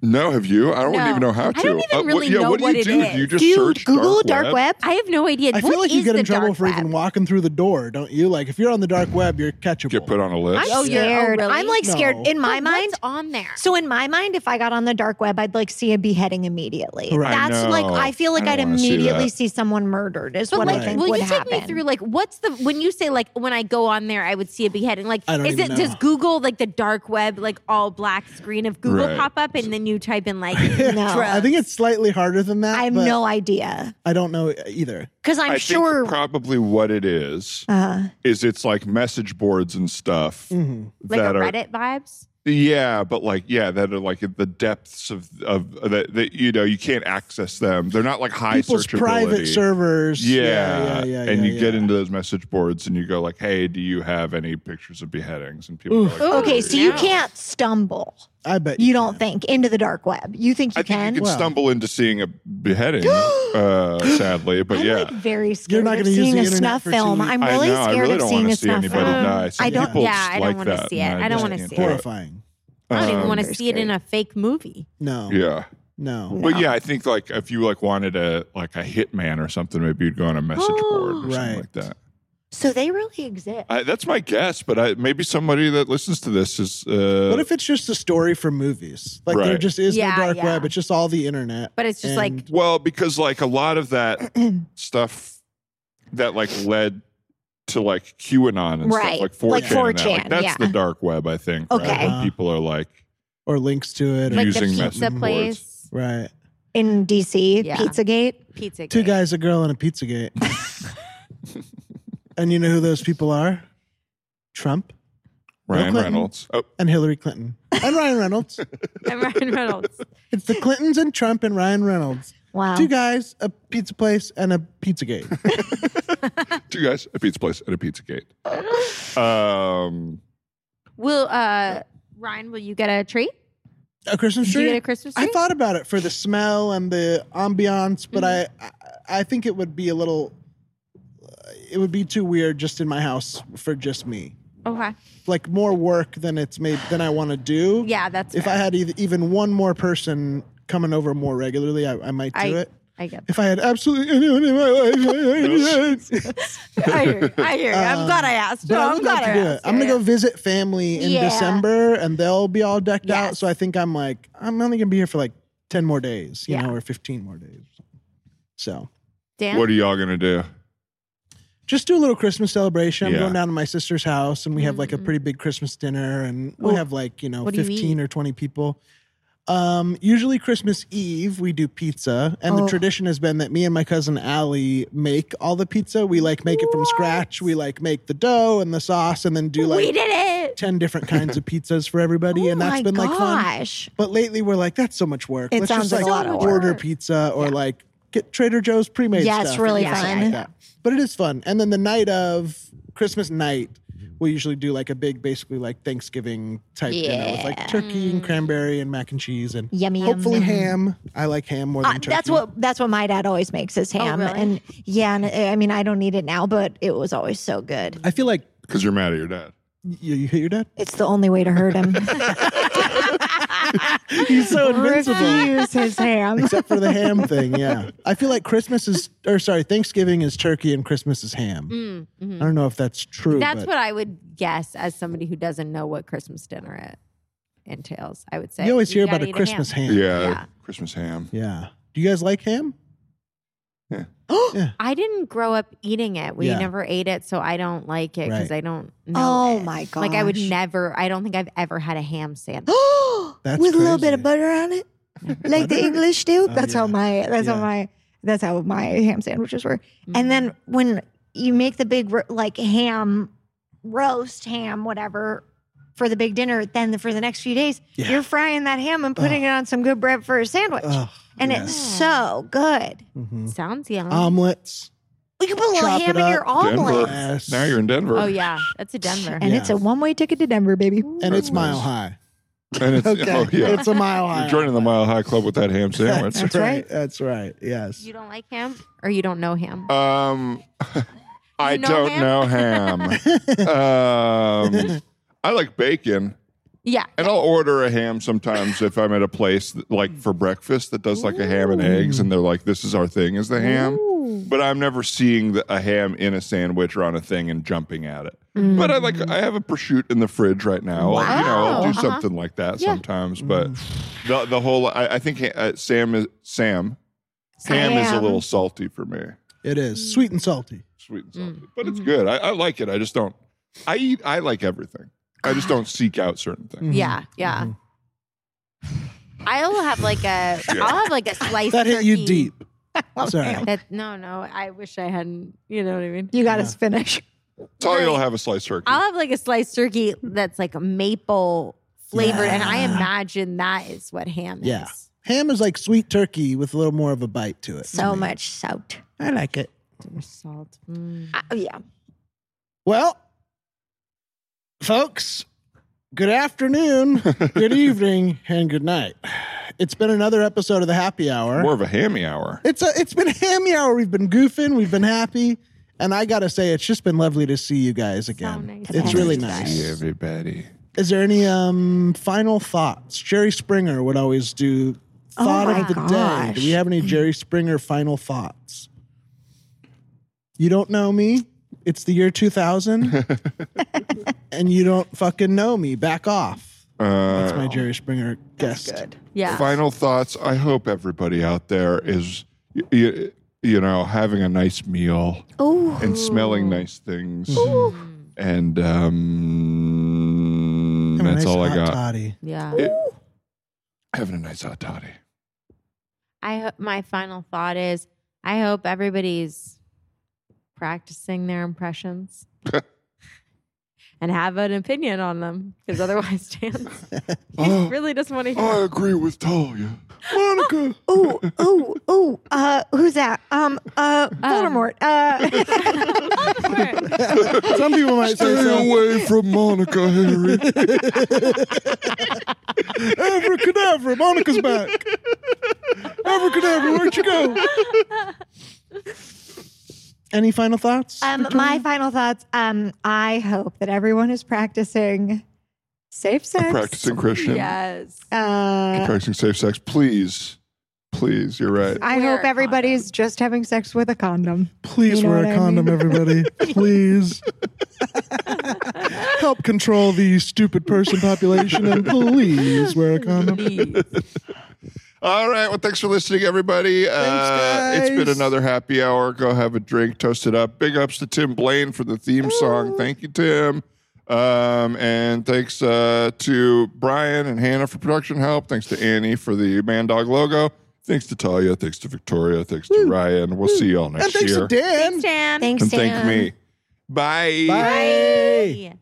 B: no, have you? I don't
D: No.
B: even know how
D: I
B: to.
D: don't even really
B: yeah,
D: know
B: what do you
D: what it
B: do? Do
D: is.
B: you just
E: do you
B: search
E: Google dark, web?
D: I have no idea.
C: I feel
D: What
C: like you
D: is
C: get in
D: the
C: trouble
D: dark
C: for even
D: web?
C: walking through the door, don't you? Like if you're on the dark web, you're catchable.
B: Get put on a list.
D: I'm
E: I'm
D: Oh, you're- oh,
E: scared.
D: really?
E: I'm like scared
C: No.
E: in my
D: What's
E: mind.
D: on there.
E: So in my mind, if I got on the dark web, I'd like see a beheading immediately.
C: Right.
B: I
E: That's like
B: know.
E: I feel like
B: I
E: I'd
B: don't wanna see
E: immediately
B: that.
E: see, someone murdered. Is what
D: like,
E: I
C: Right.
E: think
D: will
E: would
D: you take
E: happen.
D: me through like what's the when you say like when I go on there I would see a beheading like
C: I don't
D: is
C: even
D: it
C: know.
D: does Google like the dark web like all black screen of Google
B: Right.
D: pop up and then you type in (laughs) like
E: No.
D: drugs?
C: I think it's slightly harder than that.
E: I have
C: but
E: no idea
C: I don't know either.
E: because I'm
B: I
E: sure.
B: think probably what it is
C: Uh-huh.
E: uh,
B: is it's like message boards and stuff
C: hmm
D: like a
B: that are
D: Reddit vibes.
B: yeah, but like yeah, that are like at the depths of of that, that you know you can't access them. They're not like high
C: People's
B: searchability.
C: private servers.
B: Yeah.
C: yeah, yeah, yeah
B: and you
C: yeah,
B: get
C: yeah.
B: into those message boards and you go like, "Hey, do you have any pictures of beheadings?" And people are
C: Oof.
B: like, "Oh,
E: okay, so you
D: No.
E: can't stumble.
C: I bet
E: You don't
C: can.
E: think into the dark web. You think you
B: I think
E: can?
B: you can
C: Well.
B: stumble into seeing a
C: (gasps)
B: beheading, uh, sadly. But
E: I'm
B: yeah,
E: like very scared
C: not
E: of
C: gonna use
E: seeing
C: the
E: a
C: internet
E: snuff
C: for two
E: film.
C: weeks.
E: I'm
B: I
E: really
B: know, I
E: scared
B: really
E: of
B: don't
E: seeing
B: wanna
E: a
B: see
E: snuff
B: anybody
E: film.
B: die. Some
E: I don't-
B: people
D: yeah,
B: just
D: Um, I don't
B: like
D: wanna
B: that,
D: see it.
B: and
D: I don't
B: just
D: wanna
B: can't
D: see
B: do
D: it.
C: horrifying.
D: I don't even
B: Um,
D: want to
E: very
D: see it in
E: scary.
D: a fake movie.
C: No,
B: Yeah.
C: no.
B: Well, yeah, I think like if you like wanted a like a hitman or something, maybe you'd go on a message board or
D: (gasps)
B: something
C: Right.
B: like that.
E: So they really exist.
B: I, that's my guess, but I, maybe somebody that listens to this is. Uh,
C: What if it's just a story from movies? Like there
B: Right.
C: just is
D: Yeah,
C: no dark
D: yeah.
C: web. It's just all the internet.
D: But it's just like
C: And-
B: Well, because like a lot of that stuff that like led to like QAnon and
E: Right.
B: stuff like 4chan.
E: Like
B: and that,
E: 4chan,
B: that's
E: yeah.
B: the dark web, I think.
E: Okay.
B: Right? When people are like,
C: or links to it. Or,
D: like the
B: using
D: pizza
B: message boards.
D: place,
C: right.
E: in DC,
D: Yeah.
E: Pizzagate.
D: pizza.
C: Two
D: Gate.
C: guys, a girl, and a Pizzagate. and you know who those people are? Trump
B: Ryan
C: Clinton.
B: Reynolds. Oh,
C: and Hillary Clinton and Ryan Reynolds.
D: and Ryan (laughs) Reynolds.
C: It's the Clintons and Trump and Ryan Reynolds.
E: Wow.
C: Two guys, a pizza place, and a Pizzagate.
B: two guys, a pizza place, and a pizza gate. Um,
D: Will uh Ryan? Will you get a treat?
C: a Christmas
D: Did you get
C: tree.
D: a Christmas tree?
C: I thought about it for the smell and the ambiance, but I
D: Mm-hmm.
C: I, I think it would be a little. uh, It would be too weird just in my house for just me.
D: okay.
C: Like more work than it's made than I want to do.
D: Yeah, that's
C: If I
D: fair.
C: had eith- even one more person coming over more regularly, I, I might do
D: I-
C: it.
D: I get.
C: If I had absolutely anyone in my (laughs) life,
D: I hear. you. I hear. you. I'm
C: Um,
D: glad I asked.
C: but
D: No,
C: I
D: I'm
C: would
D: glad
C: love to
D: I
C: do it.
D: asked.
C: I'm
D: Yeah,
C: gonna
D: yeah.
C: go visit family in
E: Yeah.
C: December, and they'll be all decked out.
D: Yes.
C: So I think I'm like, I'm only gonna be here for like ten more days, you
D: Yeah.
C: know, or fifteen more days. So
D: Dan?
B: what are y'all gonna do?
C: just do a little Christmas celebration. I'm
B: Yeah.
C: going down to my sister's house, and we have like a pretty big Christmas dinner, and we'll
D: Well,
C: have like you know
D: what do you
C: 15 or 20 people. Um, usually Christmas Eve we do pizza, and
E: Oh.
C: the tradition has been that me and my cousin Allie make all the pizza. We like make it from scratch. We like make the dough and the sauce, and then do
D: we
C: like
D: did it.
C: 10 different kinds of pizzas for everybody, and
E: oh
C: that's
E: my
C: been like fun.
E: gosh.
C: But lately, we're like, that's so much work.
E: It
C: Let's
E: sounds
C: just
E: like
C: like
E: a lot of
C: order
D: work.
C: pizza or like get Trader Joe's pre-made
E: Yeah,
C: stuff.
E: it's really
C: or something
E: fun.
C: Like that. But it is fun. And then the night of Christmas night, we'll usually do like a big, basically like Thanksgiving type dinner with like
E: Yeah.
C: turkey and cranberry and mac and cheese and
E: Yummy, yum,
C: hopefully
E: yum.
C: ham. I like ham more than
E: Uh,
C: turkey.
E: that's what that's what my dad always makes is ham,
D: Oh, really?
E: and yeah, and uh, I mean I don't eat it now, but it was always so good.
C: I feel like
B: Because you're mad at your dad.
C: you, you hit your dad.
E: It's the only way to hurt
C: (laughs)
E: him.
C: He's so invincible.
E: Refuse his ham.
C: Except for the
E: (laughs)
C: ham thing, yeah. I feel like Christmas is, or sorry, Thanksgiving is turkey and Christmas is ham.
D: Mm,
E: mm-hmm.
D: mhm.
C: I don't know if that's true.
D: That's
C: but
D: what I would guess as somebody who doesn't know what Christmas dinner it entails. I would say
C: you always hear about
D: gotta
C: a
D: eat
C: Christmas
D: ham.
C: ham.
B: Yeah.
D: Yeah.
B: Christmas ham.
C: Yeah. Do you guys like ham? (gasps)
D: I didn't grow up eating it. We
C: Yeah.
D: never ate it, so I don't like it because
C: Right.
D: I don't know.
E: Oh
D: it.
E: my
D: Like I
E: (gasps)
D: would
E: gosh.
D: never. I don't think I've ever had a ham sandwich.
C: That's
E: with a little bit
C: crazy.
E: of butter
C: (laughs)
E: on it, like the English do.
C: Oh,
E: That's how
C: yeah.
E: my that's how
C: Yeah.
E: my that's how my ham sandwiches were. (gasps) And then
C: Mm-hmm.
E: when you make the big ro- like ham roast ham whatever for the big dinner, then the, for the next few days
C: Yeah.
E: you're frying that ham and putting it on some good bread for a sandwich,
C: Ugh,
E: and
C: yeah.
E: it's so good.
C: Mhm.
D: Mm. sounds yum.
C: omelets.
E: You can put a little
C: Chop
E: ham
C: it
E: in
C: up.
E: your
B: Denver.
E: omelet,
C: Yes.
B: Now you're in Denver.
D: oh yeah, that's a Denver.
E: and
C: Yeah.
E: it's a one way ticket to Denver, baby.
C: And it's
B: That's
C: mile
B: nice.
C: high.
B: And it's,
C: (laughs) Okay.
B: oh, yeah.
C: It's a mile high.
B: You're joining the Mile High Club with that ham
C: (laughs) That's,
B: sandwich.
E: That's
C: right.
E: right.
C: That's right. Yes.
D: you don't like ham, or you don't know ham. (laughs)
B: um, I
D: You know
B: don't
D: ham?
B: know ham. um,
D: (laughs)
B: I like bacon.
D: yeah,
B: And I'll order a ham sometimes if I'm at a place that, like for breakfast that does like a ham and eggs, and they're like, "This is our thing, is the ham." But I'm never seeing the, a ham in a sandwich or on a thing and jumping at it. But I like I have a prosciutto in the fridge right now. I'll- You know, I'll do
D: Wow. Uh-huh.
B: something like that
D: Yeah.
B: sometimes. But the the whole I, I think uh, Sam is Sam. Ham is a
E: Sam.
B: little salty for me,
C: It is sweet and salty.
B: sweet and salty, but
C: Mm-hmm.
B: it's good. I, I like it. I just don't. I eat. I like everything. I just don't seek out certain things.
C: Mm-hmm.
D: yeah, yeah. I'll have like a. I'll have like a slice.
C: That hit you (laughs) deep. Sorry.
D: That no, no. I wish I hadn't. You know what I mean.
E: You got
C: Yeah. (laughs)
E: us finished.
B: That's all you'll have a sliced turkey.
D: I'll have like a sliced turkey that's like maple flavored, and I imagine that is what ham
C: Yeah.
D: is.
C: Ham is like sweet turkey with a little more of a bite to it.
E: So much salt.
C: I like it.
D: Salt. Mm.
E: Uh, yeah.
C: Well, folks, good
B: (laughs)
C: afternoon, good evening, and good night. It's been another episode of the Happy Hour.
B: More of a hammy hour.
C: It's a, it's been hammy hour. We've been goofing. We've been happy. And I gotta say, it's just been lovely to see you guys again.
D: nice
C: It's
E: to
C: really
E: see you guys.
C: nice.
B: everybody.
C: Is there any um, final thoughts? Jerry Springer would always do thought
E: Oh my
C: of the
E: gosh.
C: day. Do we have any Jerry Springer final thoughts? You don't know me. It's the year 2000. and you don't fucking know me. Back off.
B: Uh,
C: That's my Jerry Springer guest.
D: Yeah.
B: Final thoughts. I hope everybody out there is, y- y- you know, having a nice meal
E: Oh,
B: and smelling nice things. And um,
C: Have a
B: that's
C: nice
B: all I
C: hot
B: got.
C: Toddy.
D: Yeah.
B: Having a nice hot toddy.
D: I hope my final thought is I hope everybody's practicing their impressions and have an opinion on them because otherwise, Dan
B: Oh,
D: (laughs) really doesn't want to hear.
B: I agree with Talia.
C: Monica.
E: ooh, ooh, ooh. Uh, who's that? Um, uh, Voldemort.
C: (laughs)
E: Uh,
C: Some people might (laughs) say
B: Stay
C: so.
B: away from Monica,
C: (laughs)
B: Harry.
C: Abracadabra, Monica's back. Abracadabra, where'd you go? Any final thoughts?
E: um,
D: Mm-hmm.
E: my final thoughts. Um, I hope that everyone is practicing safe
B: (laughs)
E: sex.
B: Practicing Christian.
D: yes.
E: Uh,
B: Practicing safe sex. Please. Please. You're right.
E: I
D: Wear a
E: hope everybody's just having sex with a condom.
C: Please
E: You know
C: wear
E: what
C: a
E: I
C: condom, everybody.
E: (laughs)
C: Please. Help control the stupid person population and please wear a condom.
D: Please.
B: All right. Well, thanks for listening, everybody. uh, it's been
C: guys.
B: another happy hour. Go have a drink, toast it up. Big ups to Tim Blaine for the theme song. Thank you, Tim. Um, and thanks uh, to Brian and Hannah for production help. Thanks to Annie for the Man Dog logo. Thanks to Talia. Thanks to Victoria. Thanks to Ryan. We'll see y'all
C: And
B: next
C: thanks
B: year.
C: to Dan.
D: Dan.
E: Thanks,
B: and
E: Dan.
B: thank me.
C: Bye.
D: Yeah.